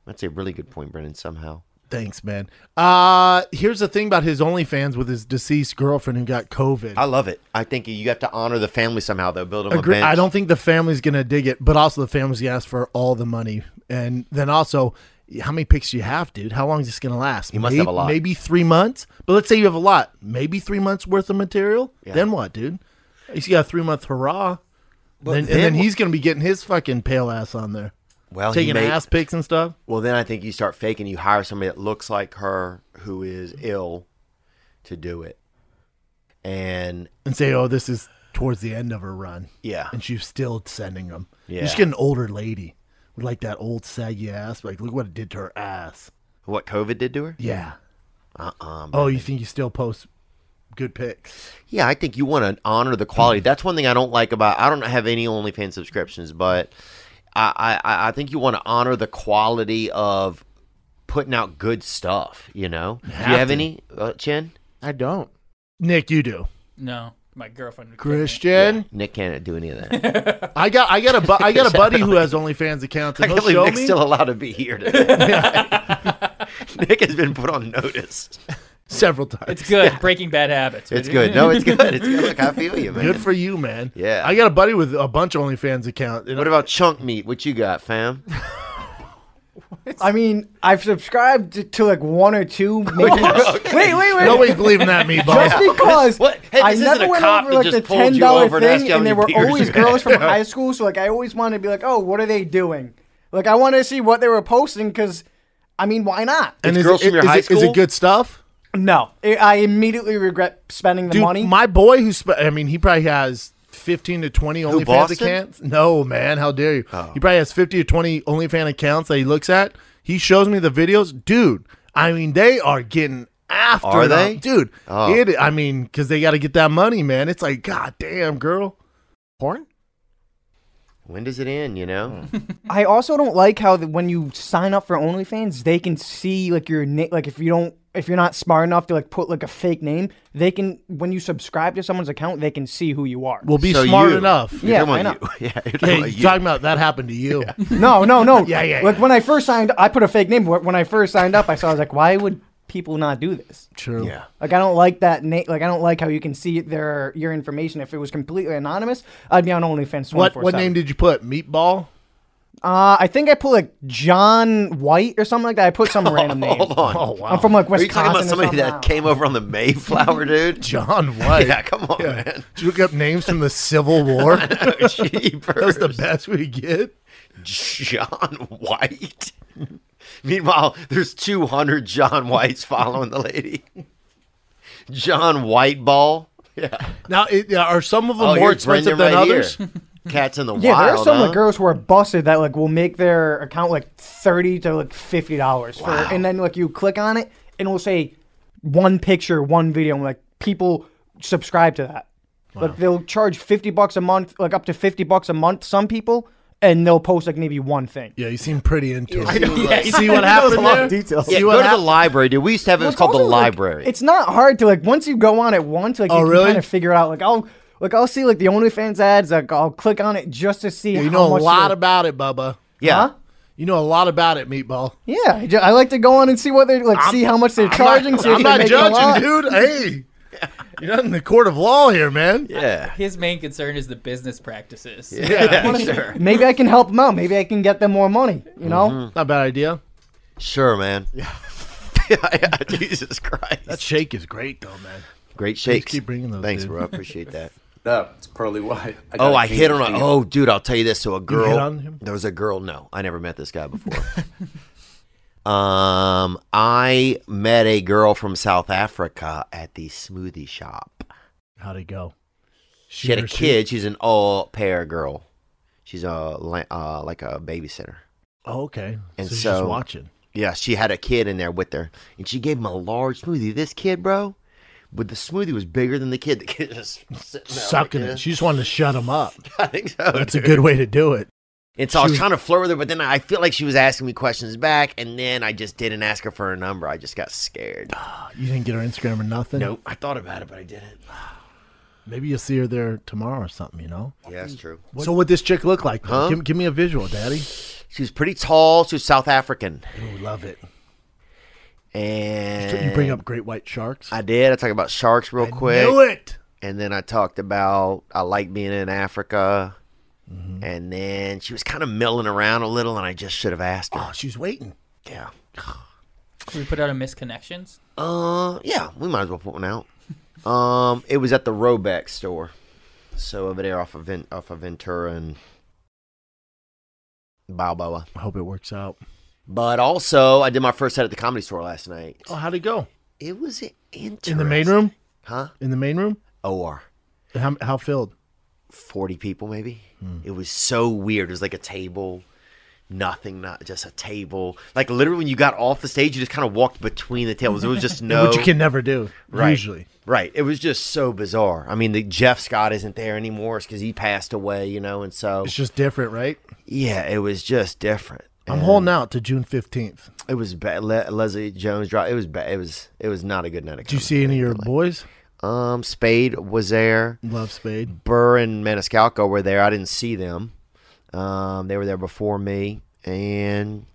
[SPEAKER 2] That's a really good point, Brennan. Somehow.
[SPEAKER 1] Thanks, man. Uh here's the thing about his OnlyFans with his deceased girlfriend who got COVID.
[SPEAKER 2] I love it. I think you have to honor the family somehow, though. Build them a
[SPEAKER 1] Agree-
[SPEAKER 2] bench.
[SPEAKER 1] I don't think the family's gonna dig it, but also the family's gonna ask for all the money, and then also how many pics do you have, dude? How long is this gonna last?
[SPEAKER 2] You must
[SPEAKER 1] maybe,
[SPEAKER 2] have a lot.
[SPEAKER 1] Maybe three months. But let's say you have a lot, maybe three months worth of material.
[SPEAKER 2] Yeah.
[SPEAKER 1] Then what, dude? You got a three month hurrah. Then, and then he's going to be getting his fucking pale ass on there.
[SPEAKER 2] Well, he
[SPEAKER 1] taking
[SPEAKER 2] may-
[SPEAKER 1] ass pics and stuff.
[SPEAKER 2] Well, then I think you start faking. You hire somebody that looks like her who is ill to do it. And
[SPEAKER 1] and say, "Oh, this is towards the end of her run."
[SPEAKER 2] Yeah.
[SPEAKER 1] and she's still sending them. you
[SPEAKER 2] Yeah.
[SPEAKER 1] just get an older lady with like that old saggy ass. Like, look what it did to her ass.
[SPEAKER 2] what COVID did to her?
[SPEAKER 1] Yeah.
[SPEAKER 2] Uh uh
[SPEAKER 1] oh, you think you still post good pics?
[SPEAKER 2] Yeah, I think you want to honor the quality. That's one thing I don't like about. I don't have any OnlyFans subscriptions, but I I, I think you want to honor the quality of putting out good stuff. You know, do you
[SPEAKER 1] have
[SPEAKER 2] have
[SPEAKER 1] to.
[SPEAKER 2] any, uh, Chen?
[SPEAKER 3] I don't.
[SPEAKER 1] Nick, you do.
[SPEAKER 6] No, my girlfriend.
[SPEAKER 1] Christian,
[SPEAKER 2] Nick can't do any of that.
[SPEAKER 1] I got I got a bu- I got a buddy who has OnlyFans accounts.
[SPEAKER 2] I can't
[SPEAKER 1] And he'll
[SPEAKER 2] believe
[SPEAKER 1] show
[SPEAKER 2] Nick's
[SPEAKER 1] me.
[SPEAKER 2] still allowed to be here today. Nick has been put on notice.
[SPEAKER 1] several times.
[SPEAKER 6] It's good. Breaking bad habits.
[SPEAKER 2] It's good. No, it's good. It's good. Look, I feel you, man.
[SPEAKER 1] Good for you, man.
[SPEAKER 2] Yeah.
[SPEAKER 1] I got a buddy with a bunch of OnlyFans accounts.
[SPEAKER 2] What about chunk meat? What you got, fam?
[SPEAKER 10] I mean, I've subscribed to, to like one or two. Maybe. Wait, wait, wait.
[SPEAKER 1] Nobody's believing that, meatball.
[SPEAKER 10] Just because
[SPEAKER 2] Hey,
[SPEAKER 10] I
[SPEAKER 2] this
[SPEAKER 10] never
[SPEAKER 2] isn't a
[SPEAKER 10] went
[SPEAKER 2] cop
[SPEAKER 10] over
[SPEAKER 2] that
[SPEAKER 10] like the
[SPEAKER 2] just pulled
[SPEAKER 10] ten
[SPEAKER 2] you
[SPEAKER 10] dollar
[SPEAKER 2] over and asked
[SPEAKER 10] thing,
[SPEAKER 2] you how
[SPEAKER 10] and there
[SPEAKER 2] many
[SPEAKER 10] were
[SPEAKER 2] beers
[SPEAKER 10] always
[SPEAKER 2] you had.
[SPEAKER 10] girls from high school. So like, I always wanted to be like, oh, what are they doing? Like, I wanted to see what they were posting because, I mean, why not?
[SPEAKER 1] And is, it, is, it, is it good stuff?
[SPEAKER 10] No, I I immediately regret spending the
[SPEAKER 1] Dude,
[SPEAKER 10] money.
[SPEAKER 1] my boy who sp- I mean, he probably has 15 to 20 OnlyFans
[SPEAKER 10] Boston?
[SPEAKER 1] accounts. No, man, how dare you?
[SPEAKER 2] Oh.
[SPEAKER 1] He probably has 50 to 20 OnlyFans accounts that he looks at. He shows me the videos. Dude, I mean, they are getting after
[SPEAKER 2] Are
[SPEAKER 1] it.
[SPEAKER 2] they?
[SPEAKER 1] Dude,
[SPEAKER 2] Oh.
[SPEAKER 1] it, I mean, because they got to get that money, man. It's like, God damn, girl.
[SPEAKER 10] Porn?
[SPEAKER 2] When does it end? You know.
[SPEAKER 10] I also don't like how that when you sign up for OnlyFans, they can see like your name. Like if you don't, if you're not smart enough to like put like a fake name, they can. When you subscribe to someone's account, they can see who you are.
[SPEAKER 1] Well, be smart enough.
[SPEAKER 10] You're Yeah, talking about I know.
[SPEAKER 2] you. Yeah,
[SPEAKER 1] Hey, you're talking about that happened to you.
[SPEAKER 10] No, no, no.
[SPEAKER 1] Yeah, yeah,
[SPEAKER 10] Like when I first signed, I put a fake name. Wh- When I first signed up, I saw. I was like, why would people not do this?
[SPEAKER 1] True.
[SPEAKER 2] Yeah.
[SPEAKER 10] Like I don't like that name. Like I don't like how you can see their your information. If it was completely anonymous, I'd be on OnlyFans.
[SPEAKER 1] What what
[SPEAKER 10] 24/7.
[SPEAKER 1] name did you put? Meatball?
[SPEAKER 10] Uh, I think I put like John White or something like that. I put some random name.
[SPEAKER 2] Hold on.
[SPEAKER 1] Oh, wow.
[SPEAKER 10] I'm from like
[SPEAKER 2] Are you
[SPEAKER 10] Wisconsin.
[SPEAKER 2] talking about
[SPEAKER 10] or
[SPEAKER 2] somebody
[SPEAKER 10] something.
[SPEAKER 2] that came over on the Mayflower, dude?
[SPEAKER 1] John White.
[SPEAKER 2] Yeah, come on, man.
[SPEAKER 1] Did you look up names from the Civil War? That's the
[SPEAKER 2] Jeepers.
[SPEAKER 1] best we get.
[SPEAKER 2] John White. Meanwhile, there's 200 John Whites following the lady. John Whiteball. Yeah.
[SPEAKER 1] Now, it, yeah, are some of them
[SPEAKER 2] Oh,
[SPEAKER 1] more
[SPEAKER 2] here's Brendan
[SPEAKER 1] expensive than
[SPEAKER 2] right
[SPEAKER 1] others?
[SPEAKER 2] here. Cats in the
[SPEAKER 10] Yeah,
[SPEAKER 2] wild.
[SPEAKER 10] there are some
[SPEAKER 2] huh?
[SPEAKER 10] like girls who are busted that like will make their account like thirty to like fifty dollars for, and then like you click on it and it will say one picture, one video, and like people subscribe to that. Like they'll charge fifty bucks a month, like up to fifty bucks a month. Some people, and they'll post like maybe one thing.
[SPEAKER 1] Yeah, you seem pretty into
[SPEAKER 10] I
[SPEAKER 1] it.
[SPEAKER 10] know, yeah,
[SPEAKER 1] See what happened there?
[SPEAKER 2] Yeah,
[SPEAKER 1] See
[SPEAKER 2] go
[SPEAKER 1] what
[SPEAKER 2] to the
[SPEAKER 1] happened?
[SPEAKER 2] library, dude. We used to have it was
[SPEAKER 10] it's
[SPEAKER 2] called the
[SPEAKER 10] also, like,
[SPEAKER 2] library.
[SPEAKER 10] It's not hard to like once you go on it once, like
[SPEAKER 1] Oh,
[SPEAKER 10] you
[SPEAKER 1] really?
[SPEAKER 10] can kind of figure out. Like I'll like I'll see like the OnlyFans ads. Like I'll click on it just to see.
[SPEAKER 1] Yeah,
[SPEAKER 10] how
[SPEAKER 1] you know a
[SPEAKER 10] much
[SPEAKER 1] lot
[SPEAKER 10] they-
[SPEAKER 1] about it, Bubba.
[SPEAKER 2] Yeah.
[SPEAKER 1] You know a lot about it, Meatball.
[SPEAKER 10] Yeah, I, ju- I like to go on and see what they like, see how much they're charging. see if
[SPEAKER 1] I'm
[SPEAKER 10] they're
[SPEAKER 1] not
[SPEAKER 10] making a lot.
[SPEAKER 1] judging, dude. Hey, you're not in the court of law here, man.
[SPEAKER 2] Yeah.
[SPEAKER 6] His main concern is the business practices.
[SPEAKER 2] Yeah, sure. Mm-hmm.
[SPEAKER 10] Maybe I can help them out. Maybe I can get them more money. You know,
[SPEAKER 1] Not a bad idea.
[SPEAKER 2] Sure, man. Yeah. yeah, Jesus Christ.
[SPEAKER 1] That shake is great, though, man.
[SPEAKER 2] Great shakes.
[SPEAKER 1] keep bringing those,
[SPEAKER 2] Thanks,
[SPEAKER 1] dude.
[SPEAKER 2] bro. I appreciate that.
[SPEAKER 9] That's partly why. I
[SPEAKER 2] oh,
[SPEAKER 9] got
[SPEAKER 2] I
[SPEAKER 9] a
[SPEAKER 2] hit on
[SPEAKER 9] king
[SPEAKER 2] a.
[SPEAKER 9] of
[SPEAKER 2] Oh, dude, I'll tell you this. So a girl.
[SPEAKER 1] on him?
[SPEAKER 2] There was a girl. No, I never met this guy before. um, I met a girl from South Africa at the smoothie shop.
[SPEAKER 1] How'd it go?
[SPEAKER 2] She had a
[SPEAKER 1] Shoot her,
[SPEAKER 2] kid. She's an all pair girl. She's a la- uh, like a babysitter.
[SPEAKER 1] Oh, okay.
[SPEAKER 2] And
[SPEAKER 1] so, she's
[SPEAKER 2] so-
[SPEAKER 1] just watching.
[SPEAKER 2] Yeah, she had a kid in there with her, and she gave him a large smoothie. This kid, bro, but the smoothie was bigger than the kid. The kid just sitting there
[SPEAKER 1] Sucking
[SPEAKER 2] like
[SPEAKER 1] it.
[SPEAKER 2] this.
[SPEAKER 1] She just wanted to shut him up.
[SPEAKER 2] I think so.
[SPEAKER 1] That's a
[SPEAKER 2] dude.
[SPEAKER 1] good way to do it.
[SPEAKER 2] And so I was
[SPEAKER 1] She was-
[SPEAKER 2] trying to flirt with her, but then I feel like she was asking me questions back, and then I just didn't ask her for her number. I just got scared.
[SPEAKER 1] You didn't get her Instagram or nothing?
[SPEAKER 2] nope. I thought about it, but I didn't.
[SPEAKER 1] Maybe you'll see her there tomorrow or something, you know?
[SPEAKER 2] Yeah, that's true.
[SPEAKER 1] So what this chick look like? though?
[SPEAKER 2] Huh?
[SPEAKER 1] Give, give me a visual, daddy.
[SPEAKER 2] She was pretty tall. She was South African.
[SPEAKER 1] Oh, love it.
[SPEAKER 2] And
[SPEAKER 1] You bring up great white sharks.
[SPEAKER 2] I did. I talked about sharks real quick.
[SPEAKER 1] Knew it.
[SPEAKER 2] And then I talked about I like being in Africa.
[SPEAKER 1] Mm-hmm.
[SPEAKER 2] And then she was kind of milling around a little, and I just should have asked her.
[SPEAKER 1] Oh, she's waiting.
[SPEAKER 2] Yeah.
[SPEAKER 6] Should we put out a misconnections?
[SPEAKER 2] Uh, yeah, we might as well put one out. Um, it was at the Robex store. So over there off of Ven- off of Ventura and Balboa.
[SPEAKER 1] I hope it works out.
[SPEAKER 2] But also, I did my first set at the comedy store last night.
[SPEAKER 1] Oh, how'd it go?
[SPEAKER 2] It was interesting.
[SPEAKER 1] In the main room?
[SPEAKER 2] Huh?
[SPEAKER 1] In the main room?
[SPEAKER 2] OR.
[SPEAKER 1] How, how filled? Hmm.
[SPEAKER 2] 40 people maybe. It was so weird. It was like a table, nothing, not just a table. Like literally when you got off the stage, you just kind of walked between the tables. It was just no
[SPEAKER 1] Which you can never do,
[SPEAKER 2] Right.
[SPEAKER 1] usually.
[SPEAKER 2] Right. It was just so bizarre. I mean, the Jeff Scott isn't there anymore. It's because he passed away, you know, and so
[SPEAKER 1] It's just different, right?
[SPEAKER 2] yeah, it was just different.
[SPEAKER 1] I'm holding out to June 15th.
[SPEAKER 2] It was bad. Le- Leslie Jones dropped. It was bad. It was it was not a good night.
[SPEAKER 1] Did you see any of your boys?
[SPEAKER 2] Um, Spade was there.
[SPEAKER 1] Love Spade.
[SPEAKER 2] Burr and Maniscalco were there. I didn't see them. Um, they were there before me, and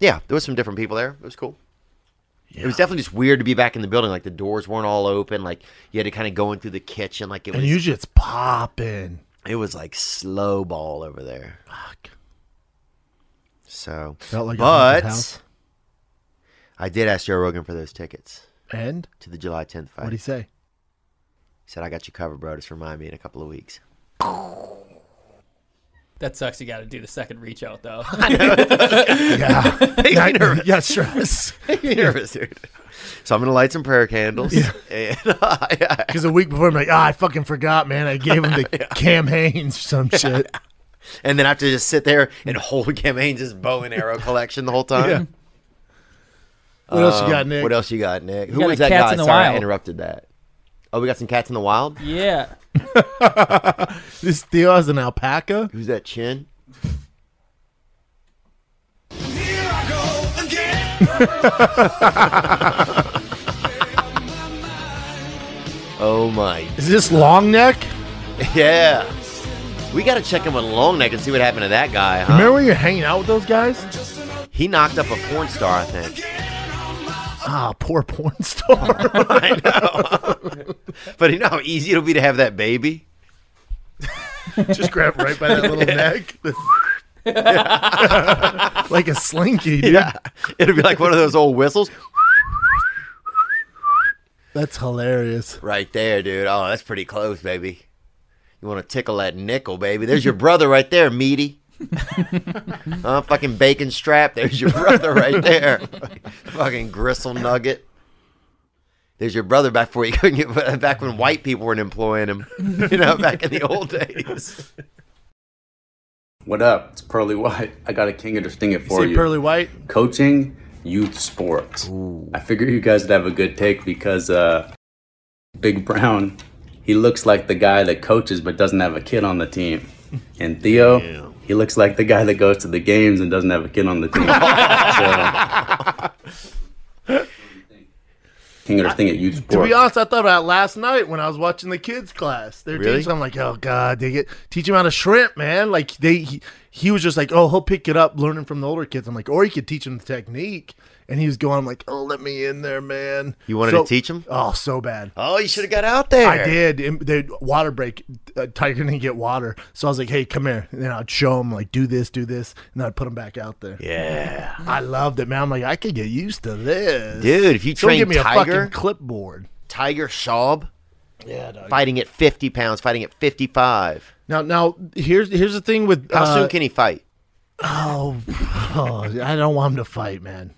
[SPEAKER 2] yeah, there was some different people there. It was cool. It was definitely just weird to be back in the building. Like the doors weren't all open. Like you had to kind of go in through the kitchen. Like it
[SPEAKER 1] And
[SPEAKER 2] was.
[SPEAKER 1] usually it's popping.
[SPEAKER 2] it was like slow ball over there. So,
[SPEAKER 1] Felt like a haunted house.
[SPEAKER 2] but I did ask Joe Rogan for those tickets
[SPEAKER 1] And
[SPEAKER 2] to the July 10th fight.
[SPEAKER 1] what'd he say?
[SPEAKER 2] He said, I got you covered, bro. Just remind me in a couple of weeks.
[SPEAKER 6] That sucks. You got to do the second reach out though.
[SPEAKER 1] yeah. Not, yeah, stress.
[SPEAKER 2] Nervous, dude. So I'm going to light some prayer candles. And,
[SPEAKER 1] Because a week before, I'm like, ah, I fucking forgot, man. I gave him the Cam Haines or some shit.
[SPEAKER 2] and then I have to just sit there and hold Cam Haynes' bow and arrow collection the whole time. Um,
[SPEAKER 1] Yeah. What else you got, Nick?
[SPEAKER 2] What else you got, Nick?
[SPEAKER 6] We
[SPEAKER 2] Who
[SPEAKER 6] got
[SPEAKER 2] was
[SPEAKER 6] a
[SPEAKER 2] that
[SPEAKER 6] Cats
[SPEAKER 2] guy?
[SPEAKER 6] in the
[SPEAKER 2] Sorry, I
[SPEAKER 6] Wild.
[SPEAKER 2] interrupted that. Oh, we got some cats in the wild?
[SPEAKER 6] yeah.
[SPEAKER 1] This Theo has an alpaca.
[SPEAKER 2] Who's that chin? Oh my.
[SPEAKER 1] Is this long neck?
[SPEAKER 2] Yeah. We got to check in with long neck and see what happened to that guy, huh?
[SPEAKER 1] Remember when you're hanging out with those guys?
[SPEAKER 2] He knocked up a porn star, I think.
[SPEAKER 1] Ah, poor porn star.
[SPEAKER 2] I know. but you know how easy it'll be to have that baby?
[SPEAKER 1] Just grab right by that little neck. like a slinky, dude.
[SPEAKER 2] Yeah. It'll be like one of those old whistles.
[SPEAKER 1] That's hilarious.
[SPEAKER 2] Right there, dude. Oh, that's pretty close, baby. You want to tickle that nickel, baby. There's your brother right there, meaty. uh, fucking bacon strap. There's your brother right there. fucking gristle nugget. There's your brother back before he couldn't get back when white people weren't employing him. You know, back in the old days.
[SPEAKER 14] What up? It's Pearly White. I got a king of it for
[SPEAKER 1] Say
[SPEAKER 14] you.
[SPEAKER 1] pearly white.
[SPEAKER 14] Coaching youth sports. I figure you guys would have a good take because uh, Big Brown, he looks like the guy that coaches but doesn't have a kid on the team. And Theo, he looks like the guy that goes to the games and doesn't have a kid on the team. So- king of the thing at youth sports.
[SPEAKER 1] To be honest, I thought about it last night when I was watching the kids' class. They're
[SPEAKER 14] Really?
[SPEAKER 1] teaching. I'm like, oh god, they get teach him how to shrimp, man. Like they, he, he was just like, oh, he'll pick it up, learning from the older kids. I'm like, or you could teach him the technique. And he was going, I'm like, oh, let me in there, man.
[SPEAKER 2] You wanted
[SPEAKER 1] So-
[SPEAKER 2] to teach him?
[SPEAKER 1] Oh, so bad.
[SPEAKER 2] Oh, you should have got out there.
[SPEAKER 1] I did. And They water break. Uh, Tiger didn't get water, so I was like, "Hey, come here." And then I'd show him like, "Do this, do this," and I'd put him back out there.
[SPEAKER 2] Yeah.
[SPEAKER 1] I loved it, man. I'm like, I could get used to this,
[SPEAKER 2] Dude, if you
[SPEAKER 1] Don't
[SPEAKER 2] train
[SPEAKER 1] give me a
[SPEAKER 2] Tiger-
[SPEAKER 1] fucking clipboard.
[SPEAKER 2] Tiger Schaub.
[SPEAKER 1] Yeah, dog.
[SPEAKER 2] Fighting at 50 pounds, fighting at 55.
[SPEAKER 1] Now, now here's here's the thing with
[SPEAKER 2] How
[SPEAKER 1] uh,
[SPEAKER 2] soon can he fight?
[SPEAKER 1] Oh, oh, I don't want him to fight, man.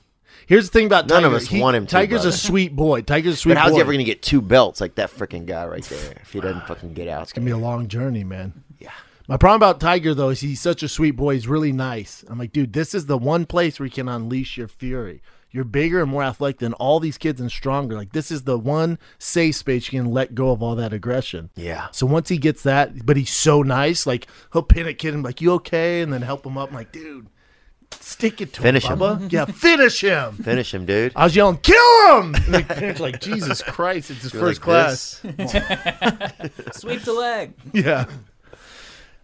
[SPEAKER 1] Here's the thing about
[SPEAKER 2] None
[SPEAKER 1] Tiger.
[SPEAKER 2] of us
[SPEAKER 1] He-
[SPEAKER 2] want him to,
[SPEAKER 1] Tiger's a
[SPEAKER 2] brother.
[SPEAKER 1] sweet boy. Tiger's a sweet
[SPEAKER 2] But how's
[SPEAKER 1] boy.
[SPEAKER 2] he ever going to get two belts like that freaking guy right there if he doesn't fucking get out?
[SPEAKER 1] It's gonna be a long journey, man. Yeah. My problem about Tiger though is he's such a sweet boy. He's really nice. I'm like, dude, this is the one place where you can unleash your fury. You're bigger and more athletic than all these kids and stronger. Like this is the one safe space you can let go of all that aggression.
[SPEAKER 2] Yeah.
[SPEAKER 1] So once he gets that, but he's so nice, like he'll pin a kid and be like, "You okay?" and then help him up. I'm like, dude, stick it to
[SPEAKER 2] Finish
[SPEAKER 1] him,
[SPEAKER 2] him.
[SPEAKER 1] Bubba. Yeah, finish him.
[SPEAKER 2] Finish him, dude.
[SPEAKER 1] I was yelling, "Kill him!" And the parents were like, Jesus Christ, it's his
[SPEAKER 2] You're
[SPEAKER 1] first
[SPEAKER 2] like
[SPEAKER 1] class.
[SPEAKER 6] Sweep the leg.
[SPEAKER 1] Yeah.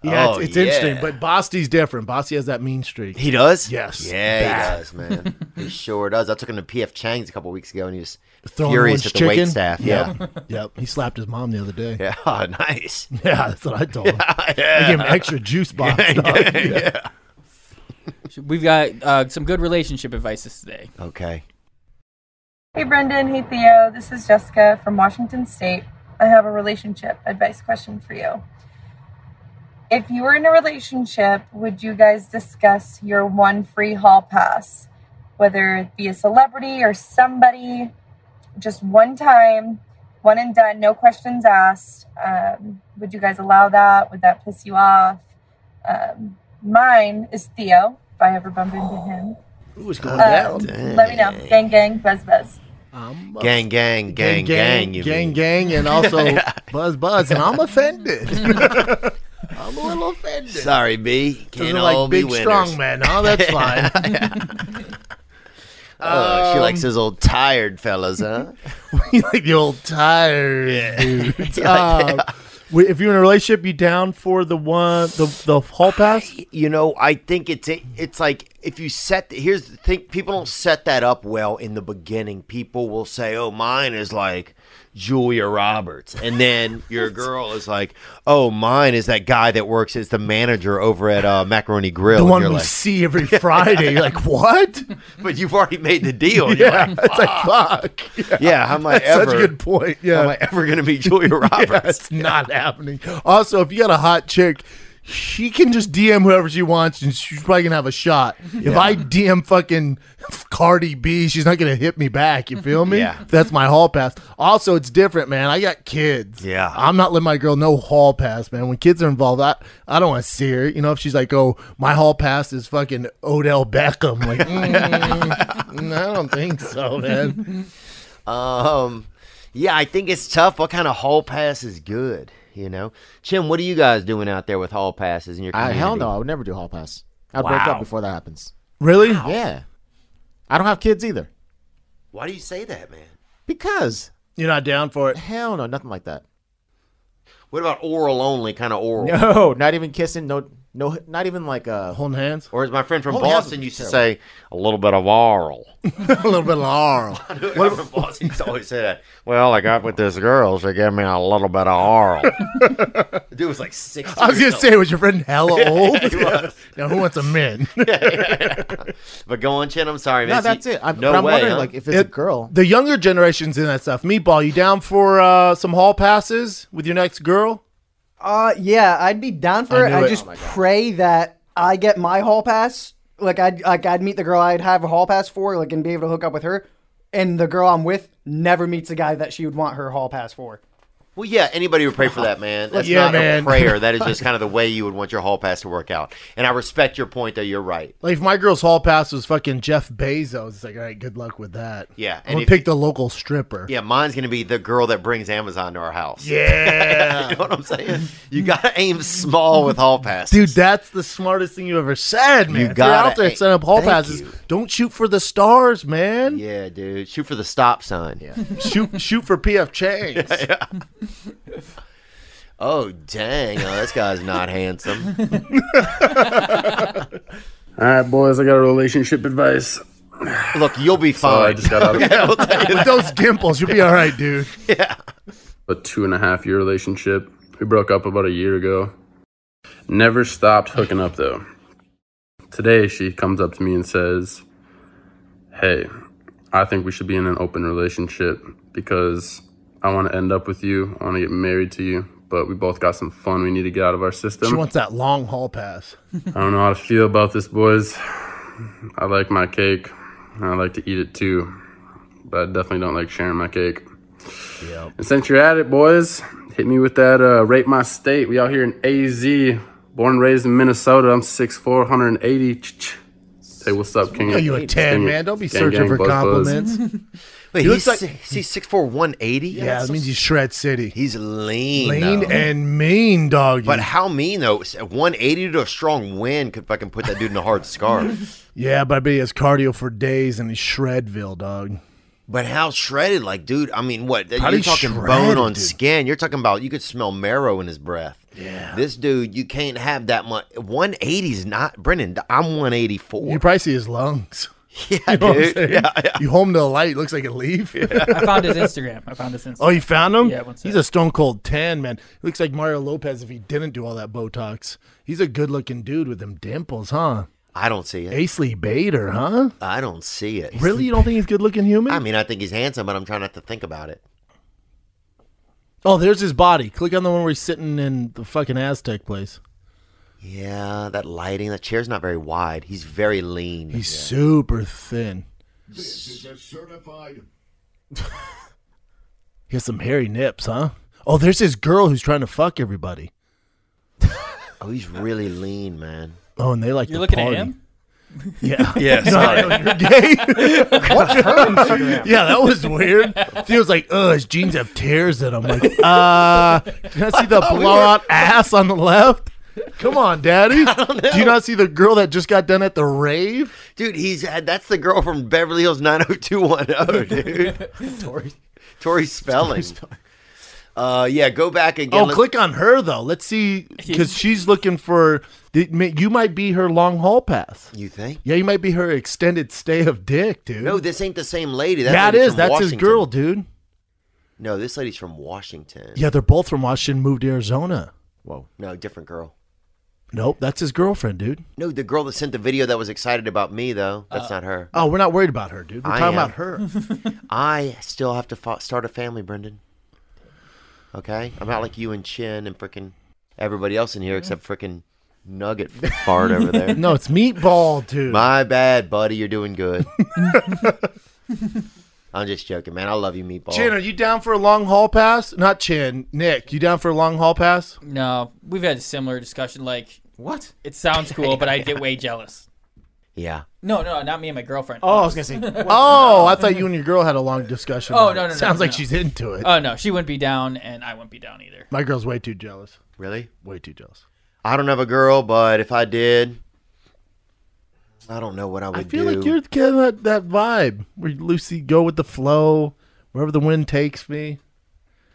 [SPEAKER 1] Yeah,
[SPEAKER 2] Oh,
[SPEAKER 1] it's, it's
[SPEAKER 2] yeah.
[SPEAKER 1] interesting. But Bosty's different. Bosty has that mean streak.
[SPEAKER 2] He does?
[SPEAKER 1] Yes.
[SPEAKER 2] Yeah,
[SPEAKER 1] Bad.
[SPEAKER 2] he does, man. he sure does. I took him to PF Chang's a couple weeks ago and he was
[SPEAKER 1] Throwing
[SPEAKER 2] furious
[SPEAKER 1] orange
[SPEAKER 2] at the
[SPEAKER 1] chicken.
[SPEAKER 2] wait staff. Yeah.
[SPEAKER 1] Yep. yep. He slapped his mom the other day.
[SPEAKER 2] Yeah. Oh, nice.
[SPEAKER 1] Yeah, that's what I told him.
[SPEAKER 2] Yeah,
[SPEAKER 1] I gave him
[SPEAKER 2] yeah.
[SPEAKER 1] extra juice box.
[SPEAKER 2] Yeah,
[SPEAKER 1] dog.
[SPEAKER 2] yeah,
[SPEAKER 1] Yeah.
[SPEAKER 2] yeah.
[SPEAKER 6] We've got uh, some good relationship advices today.
[SPEAKER 2] Okay.
[SPEAKER 15] Hey Brendan, hey Theo. This is Jessica from Washington State. I have a relationship advice question for you. If you were in a relationship, would you guys discuss your one free hall pass, whether it be a celebrity or somebody, just one time, one and done, no questions asked? Um, would you guys allow that? Would that piss you off? Um, mine is Theo. If I ever bump into him,
[SPEAKER 2] Who's
[SPEAKER 1] going
[SPEAKER 15] Um,
[SPEAKER 1] down?
[SPEAKER 15] Let me know. Gang, gang, buzz, buzz.
[SPEAKER 1] I'm
[SPEAKER 2] Gang, gang, gang, gang, you
[SPEAKER 1] gang,
[SPEAKER 2] mean.
[SPEAKER 1] gang, and also
[SPEAKER 2] Yeah.
[SPEAKER 1] buzz, buzz, and I'm offended. I'm a little offended.
[SPEAKER 2] Sorry, B.
[SPEAKER 1] Those
[SPEAKER 2] Can't
[SPEAKER 1] are like
[SPEAKER 2] all
[SPEAKER 1] big
[SPEAKER 2] be winners.
[SPEAKER 1] strong men. Oh, that's fine.
[SPEAKER 2] Oh, she
[SPEAKER 1] Um,
[SPEAKER 2] likes those old tired fellas, huh?
[SPEAKER 1] you like the old tired dudes.
[SPEAKER 2] Yeah,
[SPEAKER 1] Um,
[SPEAKER 2] yeah.
[SPEAKER 1] w- If you're in a relationship, you down for the one the the hall pass?
[SPEAKER 2] you know, I think it's it, it's like if you set the, here's the thing: people don't set that up well in the beginning. People will say, "Oh, mine is like Julia Roberts," and then your girl is like, "Oh, mine is that guy that works as the manager over at uh, Macaroni Grill."
[SPEAKER 1] The
[SPEAKER 2] And
[SPEAKER 1] one
[SPEAKER 2] you're
[SPEAKER 1] we
[SPEAKER 2] like,
[SPEAKER 1] see every Friday. You're like, what?
[SPEAKER 2] But you've already made the deal. and
[SPEAKER 1] Yeah,
[SPEAKER 2] you're like,
[SPEAKER 1] it's like, fuck.
[SPEAKER 2] Yeah, how am I
[SPEAKER 1] That's
[SPEAKER 2] ever?
[SPEAKER 1] Such a good point. Yeah.
[SPEAKER 2] How am I ever going to meet Julia Roberts?
[SPEAKER 1] Yeah, it's not happening. Also, if you got a hot chick, she can just DM whoever she wants, and she's probably gonna have a shot. If
[SPEAKER 2] Yeah.
[SPEAKER 1] I DM fucking Cardi B, she's not gonna hit me back. You feel me?
[SPEAKER 2] Yeah.
[SPEAKER 1] That's my hall pass. Also, it's different, man. I got kids.
[SPEAKER 2] Yeah.
[SPEAKER 1] I'm not letting my girl know hall pass, man. When kids are involved, I, I don't want to see her. You know, if she's like, oh, my hall pass is fucking Odell Beckham, like, mm, I don't think so, man.
[SPEAKER 2] Um, yeah, I think it's tough. What kind of hall pass is good? You know, Jim, what are you guys doing out there with hall passes in your
[SPEAKER 3] I,
[SPEAKER 2] community?
[SPEAKER 3] hell no, I would never do hall pass. I'd break
[SPEAKER 2] Wow.
[SPEAKER 3] up before that happens.
[SPEAKER 1] Really?
[SPEAKER 3] Yeah. I don't have kids either.
[SPEAKER 2] Why do you say that, man?
[SPEAKER 3] Because
[SPEAKER 1] you're not down for it.
[SPEAKER 3] Hell no, nothing like that.
[SPEAKER 2] What about oral only? Kind of oral.
[SPEAKER 3] No, not even kissing. No, no, not even like uh
[SPEAKER 1] holding hands.
[SPEAKER 2] Or as my friend from
[SPEAKER 3] Holding hands
[SPEAKER 2] Boston
[SPEAKER 3] would be
[SPEAKER 2] used to
[SPEAKER 3] terrible.
[SPEAKER 2] say, a little bit of oral.
[SPEAKER 1] a little bit of arm.
[SPEAKER 2] What from Boston used to always say that. Well, I got with this girl. She gave me a little bit of oral. the dude was like six.
[SPEAKER 1] I was gonna say, was your friend hella old? now who wants a man?
[SPEAKER 2] But go on, Chin. I'm sorry, man.
[SPEAKER 1] No, that's it.
[SPEAKER 3] I'm-
[SPEAKER 2] no
[SPEAKER 3] but I'm
[SPEAKER 2] way,
[SPEAKER 3] wondering,
[SPEAKER 2] huh?
[SPEAKER 3] like, if it's a girl.
[SPEAKER 1] The younger generations in that stuff. Meatball, you down for uh, some hall passes with your next girl?
[SPEAKER 10] Uh, yeah, I'd be down for
[SPEAKER 1] I
[SPEAKER 10] it.
[SPEAKER 1] knew
[SPEAKER 10] I
[SPEAKER 1] it.
[SPEAKER 10] just
[SPEAKER 1] Oh my God.
[SPEAKER 10] pray that I get my hall pass. Like I'd like I'd meet the girl I'd have a hall pass for, like and be able to hook up with her. And the girl I'm with never meets the guy that she would want her hall pass for.
[SPEAKER 2] Well, yeah, anybody would pray for that, man. That's
[SPEAKER 1] Yeah,
[SPEAKER 2] not
[SPEAKER 1] man.
[SPEAKER 2] a prayer. That is just kind of the way you would want your hall pass to work out. And I respect your point that you're right.
[SPEAKER 1] Like if my girl's hall pass was fucking Jeff Bezos, it's like, all right, good luck with that.
[SPEAKER 2] Yeah,
[SPEAKER 1] I'm
[SPEAKER 2] and
[SPEAKER 1] gonna
[SPEAKER 2] if-
[SPEAKER 1] pick the local stripper.
[SPEAKER 2] Yeah, mine's going to be the girl that brings Amazon to our house.
[SPEAKER 1] Yeah.
[SPEAKER 2] you know what I'm saying? You got to aim small with hall pass.
[SPEAKER 1] Dude, that's the smartest thing you ever said, man.
[SPEAKER 2] You
[SPEAKER 1] if you're
[SPEAKER 2] gotta-
[SPEAKER 1] out there setting up hall
[SPEAKER 2] Thank
[SPEAKER 1] passes, don't shoot for the stars, man.
[SPEAKER 2] Yeah, dude. Shoot for the stop sign. Yeah.
[SPEAKER 1] shoot shoot for PF Chang's.
[SPEAKER 2] Oh, dang. Oh, this guy's not handsome.
[SPEAKER 16] All right, boys, I got a relationship advice.
[SPEAKER 2] Look, you'll be
[SPEAKER 16] Sorry, I
[SPEAKER 2] fine.
[SPEAKER 16] just got out of-
[SPEAKER 2] Yeah, we'll tell you
[SPEAKER 1] With
[SPEAKER 2] that.
[SPEAKER 1] those dimples, you'll be all right, dude.
[SPEAKER 16] a two and a half year relationship. We broke up about a year ago. Never stopped hooking up though. Today she comes up to me and says, Hey, I think we should be in an open relationship because I want to end up with you. I want to get married to you, but we both got some fun we need to get out of our system.
[SPEAKER 1] She wants that long hall pass.
[SPEAKER 16] I don't know how to feel about this, boys. I like my cake, and I like to eat it too, but I definitely don't like sharing my cake.
[SPEAKER 1] Yep.
[SPEAKER 16] And since you're at it, boys, hit me with that uh, rate my state. We out here in AZ, born and raised in Minnesota. I'm 6'4", 180. Ch-ch. Say what's up, King.
[SPEAKER 1] know you a 10, man. Don't be searching for compliments.
[SPEAKER 2] Wait,
[SPEAKER 1] He
[SPEAKER 2] he's,
[SPEAKER 1] looks like-
[SPEAKER 2] si- is he 6'4", 180?
[SPEAKER 1] Yeah, that means he's shred city.
[SPEAKER 2] He's lean.
[SPEAKER 1] Lean
[SPEAKER 2] though.
[SPEAKER 1] and mean, doggy.
[SPEAKER 2] But how mean though? S- 180 to a strong wind could fucking put that dude in a hard scarf.
[SPEAKER 1] Yeah, but I bet he has cardio for days and he's Shredville, dog.
[SPEAKER 2] But how shredded, like, dude? I mean, what? that-
[SPEAKER 1] Probably
[SPEAKER 2] You're talking
[SPEAKER 1] shredded,
[SPEAKER 2] bone on
[SPEAKER 1] dude.
[SPEAKER 2] skin. You're talking about you could smell marrow in his breath.
[SPEAKER 1] Yeah.
[SPEAKER 2] This dude, you can't have that much. 180's not Brennan. I'm 184.
[SPEAKER 1] You probably see his lungs.
[SPEAKER 2] Yeah,
[SPEAKER 1] what I'm
[SPEAKER 2] dude.
[SPEAKER 1] saying?
[SPEAKER 2] Yeah, yeah.
[SPEAKER 1] You home to the light, looks like a leaf.
[SPEAKER 6] I found his Instagram. I found his Instagram.
[SPEAKER 1] Oh, you found him?
[SPEAKER 6] Yeah, one sec.
[SPEAKER 1] He's a stone cold tan, man. He looks like Mario Lopez if he didn't do all that Botox. He's a good looking dude with them dimples, huh?
[SPEAKER 2] I don't see it.
[SPEAKER 1] Ace Lee Bader, huh?
[SPEAKER 2] I don't see it.
[SPEAKER 1] Really? You don't think he's good looking human?
[SPEAKER 2] I mean, I think he's handsome, but I'm trying not to think about it.
[SPEAKER 1] Oh, there's his body. Click on the one where he's sitting in the fucking Aztec place.
[SPEAKER 2] Yeah, that lighting, that chair's not very wide. He's very lean.
[SPEAKER 1] He's super thin.
[SPEAKER 17] This is a certified.
[SPEAKER 1] He has some hairy nips, huh? Oh, there's this girl who's trying to fuck everybody.
[SPEAKER 2] oh, he's really lean, man.
[SPEAKER 1] Oh, and they like
[SPEAKER 6] You're
[SPEAKER 1] to
[SPEAKER 6] looking at
[SPEAKER 1] party.
[SPEAKER 6] him?
[SPEAKER 1] Yeah.
[SPEAKER 2] Yes.
[SPEAKER 1] No, I know, you're gay.
[SPEAKER 2] What's her Instagram?
[SPEAKER 1] Yeah, that was weird. Feels like, oh, his jeans have tears in them. Like, uh, can I see the
[SPEAKER 2] thought we
[SPEAKER 1] blowout ass on the left? Come on, daddy. Do you not see the girl that just got done at the rave?
[SPEAKER 2] Dude, he's that's the girl from Beverly Hills
[SPEAKER 1] oh,
[SPEAKER 2] 90210, dude. Tori. Tori Spelling. Uh, yeah, go back again.
[SPEAKER 1] Oh,
[SPEAKER 2] Let's-
[SPEAKER 1] click on her though. Let's see, because she's looking for. You might be her long haul pass.
[SPEAKER 2] You think?
[SPEAKER 1] Yeah, you might be her extended stay of dick, dude.
[SPEAKER 2] No, this ain't the same lady. That
[SPEAKER 1] that
[SPEAKER 2] lady's
[SPEAKER 1] is.
[SPEAKER 2] from
[SPEAKER 1] That's his
[SPEAKER 2] Washington.
[SPEAKER 1] girl, dude.
[SPEAKER 2] No, this lady's from Washington.
[SPEAKER 1] Yeah, they're both from Washington. Moved to Arizona.
[SPEAKER 2] Whoa. No, different girl.
[SPEAKER 1] Nope, that's his girlfriend, dude.
[SPEAKER 2] No, the girl that sent the video that was excited about me though. That's not her.
[SPEAKER 1] Oh, we're not worried about her, dude. We're
[SPEAKER 2] I
[SPEAKER 1] talking
[SPEAKER 2] am.
[SPEAKER 1] about her.
[SPEAKER 2] I still have to fo- start a family, Brendan. Okay, I'm not like you and Chin and frickin' everybody else in here except frickin' Nugget fart over there.
[SPEAKER 1] no, it's meatball, dude.
[SPEAKER 2] My bad, buddy. You're doing good. I'm just joking, man. I love you, meatball.
[SPEAKER 1] Chin, are you down for a long haul pass? Not Chin, Nick. You down for a long haul pass?
[SPEAKER 6] No, we've had a similar discussion. Like, what? It sounds cool, but I get way jealous.
[SPEAKER 2] Yeah.
[SPEAKER 6] No, no, not me and my girlfriend.
[SPEAKER 1] Oh, I was gonna say. oh, I thought you and your girl had a long discussion.
[SPEAKER 6] Oh,
[SPEAKER 1] about
[SPEAKER 6] no, no,
[SPEAKER 1] it.
[SPEAKER 6] no,
[SPEAKER 1] Sounds like
[SPEAKER 6] no.
[SPEAKER 1] she's into it.
[SPEAKER 6] Oh no, she wouldn't be down, and I wouldn't be down either.
[SPEAKER 1] My girl's way too jealous.
[SPEAKER 2] Really?
[SPEAKER 1] Way too jealous.
[SPEAKER 2] I don't have a girl, but if I did, I don't know what I would
[SPEAKER 1] I feel
[SPEAKER 2] do.
[SPEAKER 1] like you're kind of that, that vibe where you Lucy go with the flow, wherever the wind takes me.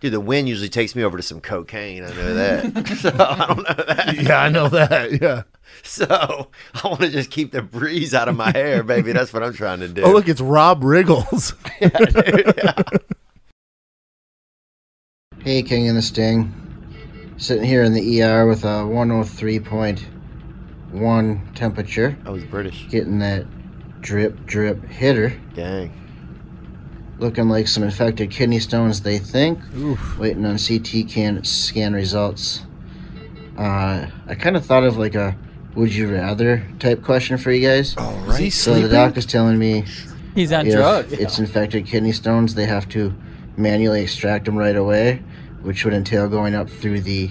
[SPEAKER 2] Dude, the wind usually takes me over to some cocaine. I know that. so I don't know that.
[SPEAKER 1] Yeah, I know that. Yeah.
[SPEAKER 2] So I want to just keep the breeze out of my hair, baby. That's what I'm trying to do.
[SPEAKER 1] Oh, look, it's Rob Riggles.
[SPEAKER 18] Hey, King and the Sting. Sitting here in the ER with a 103.1 temperature.
[SPEAKER 2] I was Oh, British.
[SPEAKER 18] Getting that drip, drip hitter.
[SPEAKER 2] Dang.
[SPEAKER 18] Looking like some infected kidney stones, they think. Waiting on CT can, scan results. Uh, I kind of thought of like a would you rather type question for you guys. Oh,
[SPEAKER 6] right. Is he
[SPEAKER 18] So the
[SPEAKER 6] sleeping?
[SPEAKER 18] doc is telling me
[SPEAKER 6] He's on
[SPEAKER 18] if
[SPEAKER 6] drugs.
[SPEAKER 18] It's infected kidney stones. They have to manually extract them right away, which would entail going up through the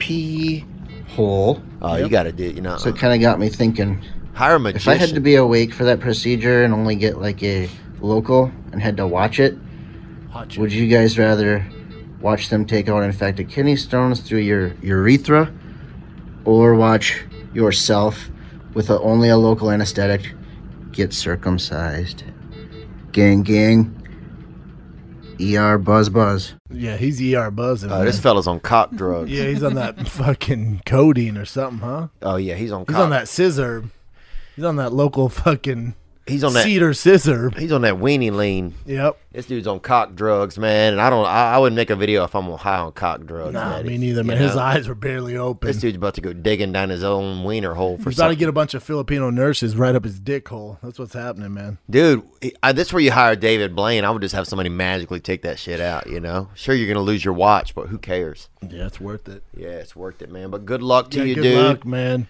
[SPEAKER 18] pee hole.
[SPEAKER 2] Oh, you got to do, you know.
[SPEAKER 18] So it kind of got me thinking.
[SPEAKER 2] Hire a
[SPEAKER 18] If I had to
[SPEAKER 2] magician.
[SPEAKER 18] be awake for that procedure and only get like a local and had to watch it,
[SPEAKER 1] Watch
[SPEAKER 18] would you guys rather watch them take out infected kidney stones through your urethra, or watch yourself with a, only a local anesthetic get circumcised? Gang, gang. ER buzz buzz.
[SPEAKER 1] yeah, he's ER buzzing.
[SPEAKER 2] Oh, this
[SPEAKER 1] man.
[SPEAKER 2] fella's on cop drugs.
[SPEAKER 1] yeah, he's on that fucking codeine or something, huh?
[SPEAKER 2] Oh yeah, he's on.
[SPEAKER 1] He's
[SPEAKER 2] cop-
[SPEAKER 1] on that scissor. He's on that local fucking.
[SPEAKER 2] He's on that
[SPEAKER 1] cedar scissor.
[SPEAKER 2] He's on that weenie lean.
[SPEAKER 1] Yep.
[SPEAKER 2] This dude's on cock drugs, man. And I don't. I, I wouldn't make a video if I'm high on cock drugs.
[SPEAKER 1] Nah,
[SPEAKER 2] Daddy.
[SPEAKER 1] me neither,
[SPEAKER 2] You
[SPEAKER 1] man. His
[SPEAKER 2] know?
[SPEAKER 1] eyes were barely open.
[SPEAKER 2] This dude's about to go digging down his own wiener hole for
[SPEAKER 1] He's about to
[SPEAKER 2] something.
[SPEAKER 1] get a bunch of Filipino nurses right up his dick hole. That's what's happening, man.
[SPEAKER 2] Dude, I, this is where you hire David Blaine. I would just have somebody magically take that shit out. You know, sure you're gonna lose your watch, but who cares?
[SPEAKER 1] Yeah, it's worth it.
[SPEAKER 2] Yeah, it's worth it, man. But good luck to
[SPEAKER 1] Yeah,
[SPEAKER 2] you,
[SPEAKER 1] good
[SPEAKER 2] dude.
[SPEAKER 1] luck, man.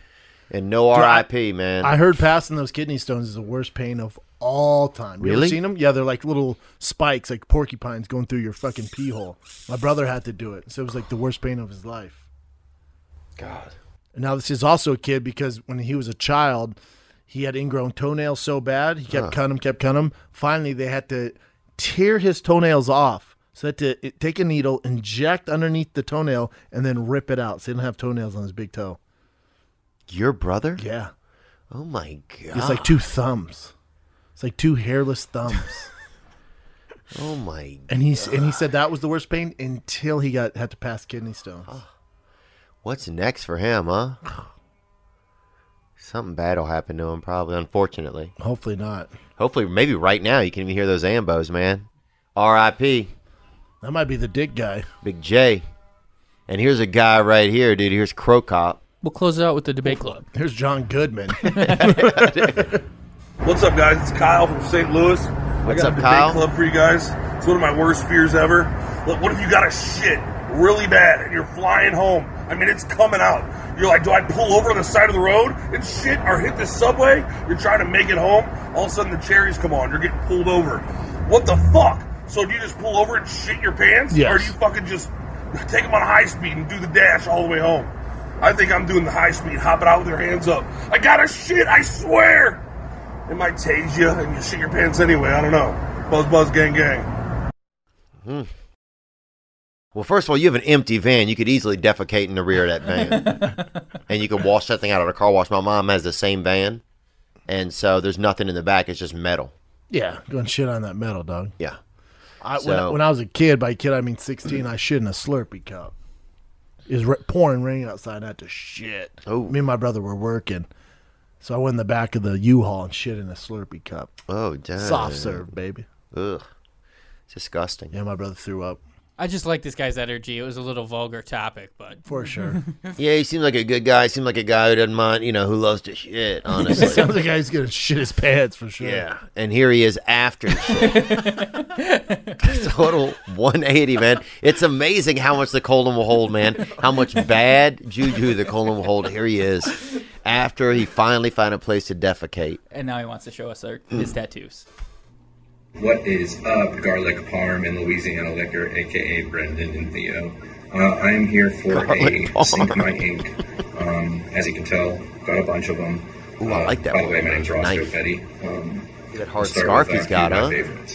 [SPEAKER 2] And no
[SPEAKER 1] Dude, I-
[SPEAKER 2] RIP, man.
[SPEAKER 1] I heard passing those kidney stones is the worst pain of all time. You
[SPEAKER 2] Really?
[SPEAKER 1] ever seen them? Yeah, they're like little spikes, like porcupines going through your fucking pee hole. My brother had to do it, so it was like the worst pain of his life.
[SPEAKER 2] God.
[SPEAKER 1] And now this is also a kid because when he was a child, he had ingrown toenails so bad he kept
[SPEAKER 2] Huh.
[SPEAKER 1] cutting them, kept cutting them. Finally, they had to tear his toenails off. So they had to i- take a needle, inject underneath the toenail, and then rip it out. So he didn't have toenails on his big toe.
[SPEAKER 2] Your brother?
[SPEAKER 1] Yeah.
[SPEAKER 2] Oh my god.
[SPEAKER 1] It's like two thumbs. It's like two hairless thumbs.
[SPEAKER 2] Oh my.
[SPEAKER 1] and he s- and he said that was the worst pain until he got had to pass kidney stones.
[SPEAKER 2] Ah. What's next for him, huh? Something bad will happen to him, probably. Unfortunately.
[SPEAKER 1] Hopefully not.
[SPEAKER 2] Hopefully, maybe right now you can even hear those ambos, man. R.I.P.
[SPEAKER 1] That might be the dick guy.
[SPEAKER 2] Big J. And here's a guy right here, dude. Here's Crow Cop.
[SPEAKER 6] We'll close it out with the debate club.
[SPEAKER 1] Here's John Goodman.
[SPEAKER 19] What's up, guys? It's Kyle from St. Louis. I
[SPEAKER 2] What's up,
[SPEAKER 19] got a debate
[SPEAKER 2] Kyle?
[SPEAKER 19] club for you guys. It's one of my worst fears ever. Like, what if you got a shit really bad and you're flying home? I mean, it's coming out. You're like, do I pull over to the side of the road and shit or hit the subway? You're trying to make it home. All of a sudden, the cherries come on. You're getting pulled over. What the fuck? So do you just pull over and shit your pants?
[SPEAKER 1] Yes.
[SPEAKER 19] Or do you fucking just take them on high speed and do the dash all the way home? I think I'm doing the high speed, hopping out with your hands up. I got a shit, I swear! It might tase you and you shit your pants anyway. I don't know. Buzz, buzz, gang, gang.
[SPEAKER 2] Hmm. Well, first of all, you have an empty van. You could easily defecate in the rear of that van, and you could wash that thing out at a car wash. My mom has the same van, and so there's nothing in the back. It's just metal.
[SPEAKER 1] Yeah, going shit on that metal, dog.
[SPEAKER 2] Yeah.
[SPEAKER 1] I, when, I,
[SPEAKER 2] So-
[SPEAKER 1] when I was a kid, by kid I mean sixteen, I shit in a Slurpee cup. Is re- pouring rain outside. I had to shit.
[SPEAKER 2] Oh.
[SPEAKER 1] Me and my brother were working, so I went in the back of the U-Haul and shit in a Slurpee cup.
[SPEAKER 2] Oh, damn.
[SPEAKER 1] Soft serve, baby.
[SPEAKER 2] Ugh. It's disgusting.
[SPEAKER 1] Yeah, my brother threw up.
[SPEAKER 6] I just like this guy's energy. It was a little vulgar topic, but Mhm.
[SPEAKER 1] for sure.
[SPEAKER 2] Yeah, he seemed like a good guy. He seemed like a guy who doesn't mind, you know, who loves to shit, honestly.
[SPEAKER 1] Sounds like he's gonna shit his pants for sure.
[SPEAKER 2] Yeah. And here he is after the shit. Total 180, man. It's amazing how much the colon will hold, man. How much bad juju the colon will hold. Here he is after he finally found a place to defecate.
[SPEAKER 6] and now he wants to show us our, his tattoos.
[SPEAKER 20] What is up, Garlic Parm and Louisiana Liquor, aka Brendan and Theo? Uh, I am here for
[SPEAKER 2] Garlic
[SPEAKER 20] a
[SPEAKER 2] Parm.
[SPEAKER 20] Sink My Ink. Um, as you can tell, got a bunch of them.
[SPEAKER 2] Ooh, I like that
[SPEAKER 20] By the
[SPEAKER 2] one.
[SPEAKER 20] way, my name's Ross
[SPEAKER 2] Nice.
[SPEAKER 20] Jofetti. Um,
[SPEAKER 2] That hard
[SPEAKER 20] I'll start
[SPEAKER 2] scarf
[SPEAKER 20] with, uh,
[SPEAKER 2] he's got,
[SPEAKER 20] a few
[SPEAKER 2] huh?
[SPEAKER 20] of my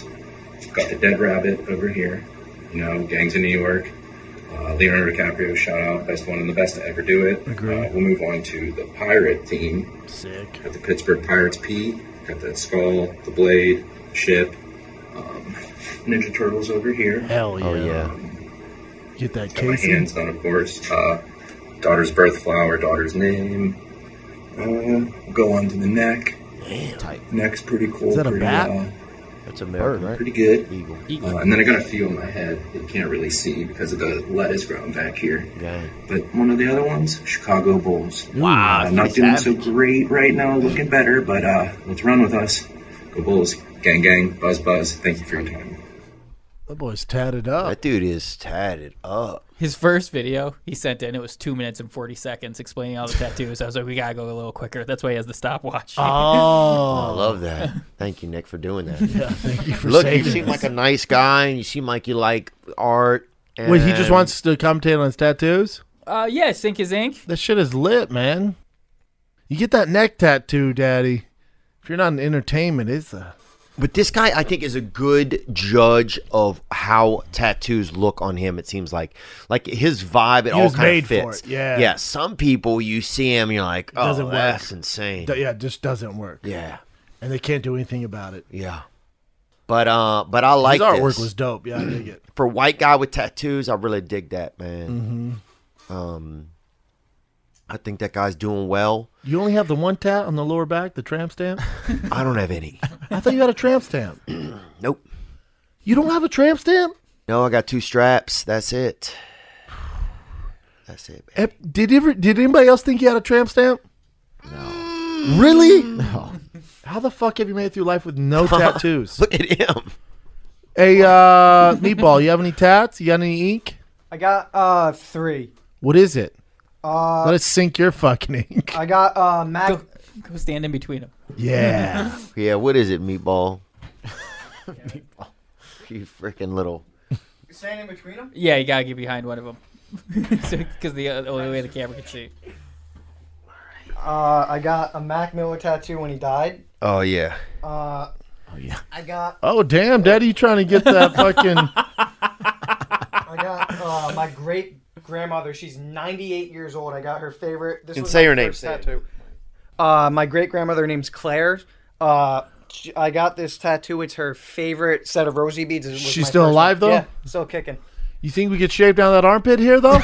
[SPEAKER 20] favorites. Got the Dead Rabbit over here. You know, Gangs of New York. Uh, Leonardo DiCaprio, shout out, best one and the best to ever do it.
[SPEAKER 1] Agreed.
[SPEAKER 20] Uh, we'll move on to the pirate theme.
[SPEAKER 1] Sick.
[SPEAKER 20] Got the Pittsburgh Pirates P. Got the skull, the blade, ship. Um, Ninja Turtles over here.
[SPEAKER 1] Hell
[SPEAKER 2] Oh,
[SPEAKER 20] yeah!
[SPEAKER 1] Get that
[SPEAKER 20] Got my
[SPEAKER 1] casing.
[SPEAKER 20] hands on, of course. Uh, daughter's birth flower, daughter's name. Uh, go on to the neck. Neck's pretty cool.
[SPEAKER 1] Is that a
[SPEAKER 20] pretty,
[SPEAKER 1] bat?
[SPEAKER 20] Uh,
[SPEAKER 2] That's a bird, right?
[SPEAKER 20] Pretty good.
[SPEAKER 2] Eagle.
[SPEAKER 20] Uh, and then I got a few on my head that you can't really see because of the lettuce growing back here. But one of the other ones, Chicago Bulls.
[SPEAKER 2] Wow,
[SPEAKER 20] Uh,
[SPEAKER 2] that's
[SPEAKER 20] not
[SPEAKER 2] pretty
[SPEAKER 20] doing so great right now, looking better, but uh, let's run with us. Go Bulls. Gang, gang. Buzz, buzz. Thank you for your time.
[SPEAKER 1] That boy's tatted up.
[SPEAKER 2] That dude is tatted up.
[SPEAKER 6] His first video he sent in, it was two minutes and 40 seconds explaining all the tattoos. I was like, we got to go a little quicker. That's why he has the stopwatch.
[SPEAKER 1] Oh.
[SPEAKER 2] I love that. Thank you, Nick, for doing that.
[SPEAKER 1] Yeah, thank you for
[SPEAKER 2] Look, you
[SPEAKER 1] saving
[SPEAKER 2] seem
[SPEAKER 1] us.
[SPEAKER 2] like a nice guy, and you seem like you like art. And
[SPEAKER 1] Wait, he just wants to commentate on his tattoos.
[SPEAKER 6] Uh, yeah, sink his ink.
[SPEAKER 1] That shit is lit, man. You get that neck tattoo, Daddy. If you're not in entertainment, it's a
[SPEAKER 2] But this guy, I think, is a good judge of how tattoos look on him. It seems like, like his vibe, it
[SPEAKER 1] He
[SPEAKER 2] all
[SPEAKER 1] was
[SPEAKER 2] kind
[SPEAKER 1] made
[SPEAKER 2] of
[SPEAKER 1] for
[SPEAKER 2] fits.
[SPEAKER 1] it, yeah.
[SPEAKER 2] yeah. Some people, you see him, you're like, oh,
[SPEAKER 1] Doesn't work.
[SPEAKER 2] that's insane.
[SPEAKER 1] d- yeah, it just doesn't work.
[SPEAKER 2] Yeah.
[SPEAKER 1] and they can't do anything about it.
[SPEAKER 2] Yeah, but uh, but I like
[SPEAKER 1] his artwork
[SPEAKER 2] this.
[SPEAKER 1] was dope. Yeah, I dig it. Mm-hmm.
[SPEAKER 2] for white guy with tattoos. I really dig that man. Um, I think that guy's doing well.
[SPEAKER 1] You only have the one tat on the lower back, the tramp stamp.
[SPEAKER 2] I don't have any.
[SPEAKER 1] I thought you had a tramp stamp.
[SPEAKER 2] Nope.
[SPEAKER 1] You don't have a tramp stamp?
[SPEAKER 2] No, I got two straps. That's it. That's it.
[SPEAKER 1] Eh, Did ever, did anybody else think you had a tramp stamp? No. Really? No. How the fuck have you made it through life with no tattoos?
[SPEAKER 2] Look at him.
[SPEAKER 1] Hey, uh, meatball, you have any tats? You got any ink?
[SPEAKER 10] I got uh three.
[SPEAKER 1] What is it?
[SPEAKER 10] Uh,
[SPEAKER 1] Let us sink your fucking ink.
[SPEAKER 10] I got uh Mac.
[SPEAKER 6] Go stand in between them.
[SPEAKER 1] Yeah.
[SPEAKER 2] yeah, what is it, meatball? meatball. You freaking little.
[SPEAKER 10] You standing in between them?
[SPEAKER 6] Yeah, you got to get behind one of them. Because the uh, only way the camera can see.
[SPEAKER 10] Uh, I got a Mac Miller tattoo when he died.
[SPEAKER 2] Oh yeah.
[SPEAKER 10] Uh, oh yeah. I got
[SPEAKER 1] Oh damn, Daddy, you trying to get that fucking?
[SPEAKER 10] I got uh, my great grandmother. She's 98 years old. I got her favorite. This
[SPEAKER 2] And
[SPEAKER 10] was
[SPEAKER 2] say
[SPEAKER 10] my
[SPEAKER 2] her name,
[SPEAKER 10] first
[SPEAKER 2] say it.
[SPEAKER 10] Tattoo. Uh, my great grandmother name's Claire. Uh, she- I got this tattoo. It's her favorite set of rosy beads. It was
[SPEAKER 1] She's
[SPEAKER 10] my
[SPEAKER 1] still
[SPEAKER 10] first
[SPEAKER 1] alive,
[SPEAKER 10] one.
[SPEAKER 1] though?
[SPEAKER 10] Yeah, still kicking.
[SPEAKER 1] You think we could shave down that armpit here though?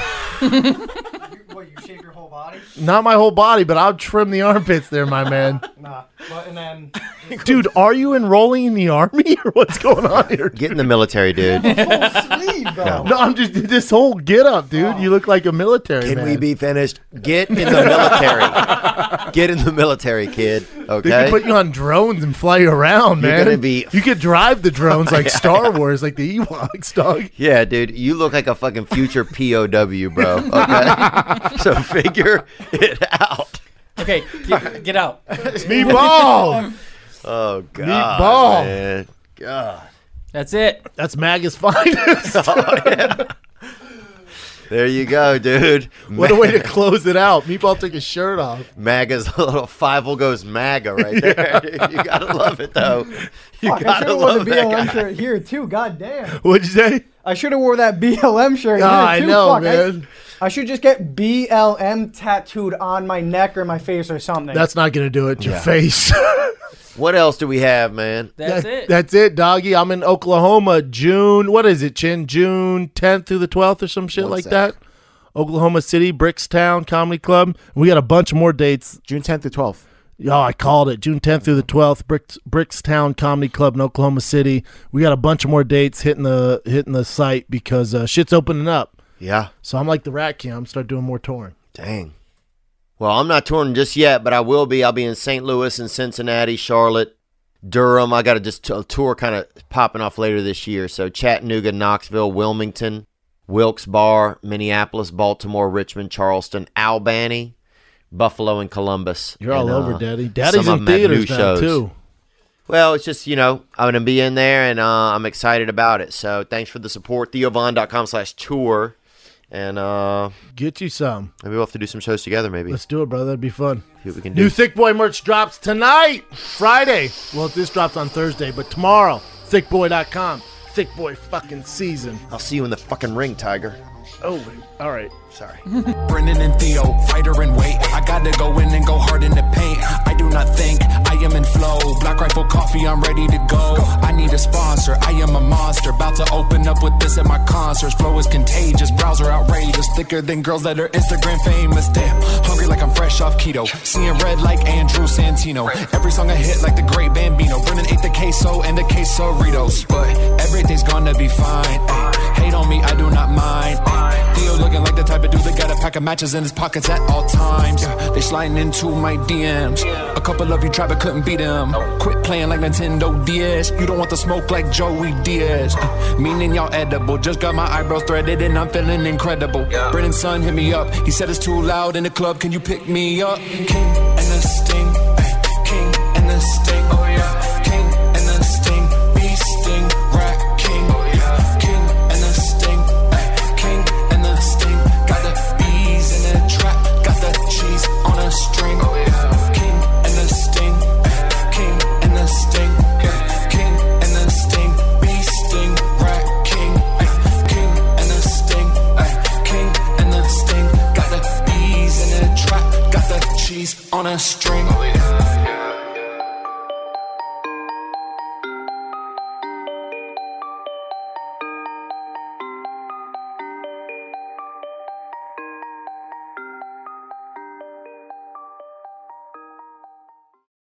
[SPEAKER 10] What you shave your whole body?
[SPEAKER 1] Not my whole body, but I'll trim the armpits there, my man.
[SPEAKER 10] Nah. But, and then
[SPEAKER 1] Dude, are you enrolling in the army or what's going on here?
[SPEAKER 2] Get in the military, dude.
[SPEAKER 1] No. I'm just this whole get up, dude. You look like a military
[SPEAKER 2] Can
[SPEAKER 1] man.
[SPEAKER 2] we be finished? Get in the military. Get in the military, kid.
[SPEAKER 1] They could
[SPEAKER 2] Okay.
[SPEAKER 1] put you on drones and fly you around,
[SPEAKER 2] You're
[SPEAKER 1] man.
[SPEAKER 2] gonna be-
[SPEAKER 1] you could drive the drones like Star Wars, like the Ewoks, dog.
[SPEAKER 2] yeah, dude, you look like a fucking future POW, bro. Okay, so figure it out.
[SPEAKER 6] Okay, get, get out.
[SPEAKER 1] Meatball!
[SPEAKER 2] Oh God,
[SPEAKER 1] Meatball.
[SPEAKER 2] man. God.
[SPEAKER 6] That's it.
[SPEAKER 1] That's Magus finest.
[SPEAKER 2] Oh, There you go, dude.
[SPEAKER 1] What a way to close it out. Meatball took his shirt off.
[SPEAKER 2] MAGA's a little five will goes MAGA right there. you gotta love it though. You
[SPEAKER 10] Fuck, I should
[SPEAKER 2] gotta
[SPEAKER 10] have worn
[SPEAKER 2] love
[SPEAKER 10] the
[SPEAKER 2] that
[SPEAKER 10] BLM
[SPEAKER 2] guy.
[SPEAKER 10] shirt here too. God damn.
[SPEAKER 1] What'd you say?
[SPEAKER 10] I should have wore that BLM shirt.
[SPEAKER 1] Ah,
[SPEAKER 10] here
[SPEAKER 1] I
[SPEAKER 10] too.
[SPEAKER 1] know,
[SPEAKER 10] Fuck,
[SPEAKER 1] man.
[SPEAKER 10] I, I should just get BLM tattooed on my neck or my face or something.
[SPEAKER 1] That's not gonna do it. Your
[SPEAKER 2] Yeah.
[SPEAKER 1] face.
[SPEAKER 2] What else do we have, man?
[SPEAKER 1] That- That's it, doggy. I'm in Oklahoma, June. What is it, Chin? June 10th through the 12th or some shit
[SPEAKER 2] One
[SPEAKER 1] like
[SPEAKER 2] sec.
[SPEAKER 1] that. Oklahoma City, Brickstown Comedy Club. We got a bunch more dates.
[SPEAKER 3] June 10th to 12th.
[SPEAKER 1] Oh, I called it June 10th through the 12th, Bricks, Brickstown Comedy Club in Oklahoma City. We got a bunch of more dates hitting the hitting the site because uh, shit's opening up.
[SPEAKER 2] Yeah.
[SPEAKER 1] So I'm like the rat king. I'm gonna start doing more touring.
[SPEAKER 2] Dang. Well, I'm not touring just yet, but I will be. I'll be in St. Louis and Cincinnati, Charlotte, Durham. I got to just a tour kind of popping off later this year. So Chattanooga, Knoxville, Wilmington, Wilkes Barre, Minneapolis, Baltimore, Richmond, Charleston, Albany, Buffalo, and Columbus.
[SPEAKER 1] You're all
[SPEAKER 2] And,
[SPEAKER 1] over,
[SPEAKER 2] uh,
[SPEAKER 1] Daddy.
[SPEAKER 2] some
[SPEAKER 1] Daddy's
[SPEAKER 2] of
[SPEAKER 1] in
[SPEAKER 2] 'em have
[SPEAKER 1] theaters
[SPEAKER 2] new
[SPEAKER 1] now
[SPEAKER 2] shows.
[SPEAKER 1] too.
[SPEAKER 2] Well, it's just, you know, I'm going to be in there and uh, I'm excited about it. So thanks for the support. TheoVon.com slash tour. And uh,
[SPEAKER 1] Get you some.
[SPEAKER 2] maybe we'll have to do some shows together, maybe.
[SPEAKER 1] Let's do it, brother. That'd be fun.
[SPEAKER 2] See what we can do.
[SPEAKER 1] New Thick Boy merch drops tonight, Friday. Well, this drops on Thursday, but tomorrow, thickboy.com. Thick Boy fucking season.
[SPEAKER 2] I'll see you in the fucking ring, Tiger.
[SPEAKER 1] Oh, wait. all right.
[SPEAKER 2] Sorry.
[SPEAKER 21] Brendan and Theo, fighter and weight. I gotta go in and go hard in the paint. I do not think I am in flow. Black Rifle Coffee, I'm ready to go. I need a sponsor. I am a monster. About to open up with this at my concerts. Flow is contagious. Browser outrageous. Thicker than girls that are Instagram famous. Damn, hungry like I'm fresh off keto. Seeing red like Andrew Santino. Every song I hit like the great Bambino. Brendan ate the queso and the quesoritos. But everything's gonna be fine. Ay, hate on me, I do not mind. Ay, Theo looking like the type of dude that got a pack of matches in his pockets at all times. Yeah, They sliding into my DMs. A couple of you tried but couldn't beat them. Quit playing like Nintendo DS. You don't want the smoke like Joey Diaz. Uh, Meaning y'all edible. Just got my eyebrows threaded and I'm feeling incredible. Brennan's son hit me up. He said it's too loud in the club. Can you pick me up? King and the sting. ay, King and the sting. Oh yeah. King and the sting. Beast sting. Rat king. Oh yeah. King and the sting. ay, King and the sting. Got the bees in the trap. Got the cheese on a string. Oh yeah. King and the sting. ay, King and the sting. ay, King and the sting. Beast sting. Rat king. ay, King and the sting. ay, King and the sting. Got the bees in the trap. Got the cheese on a string. Oh yeah.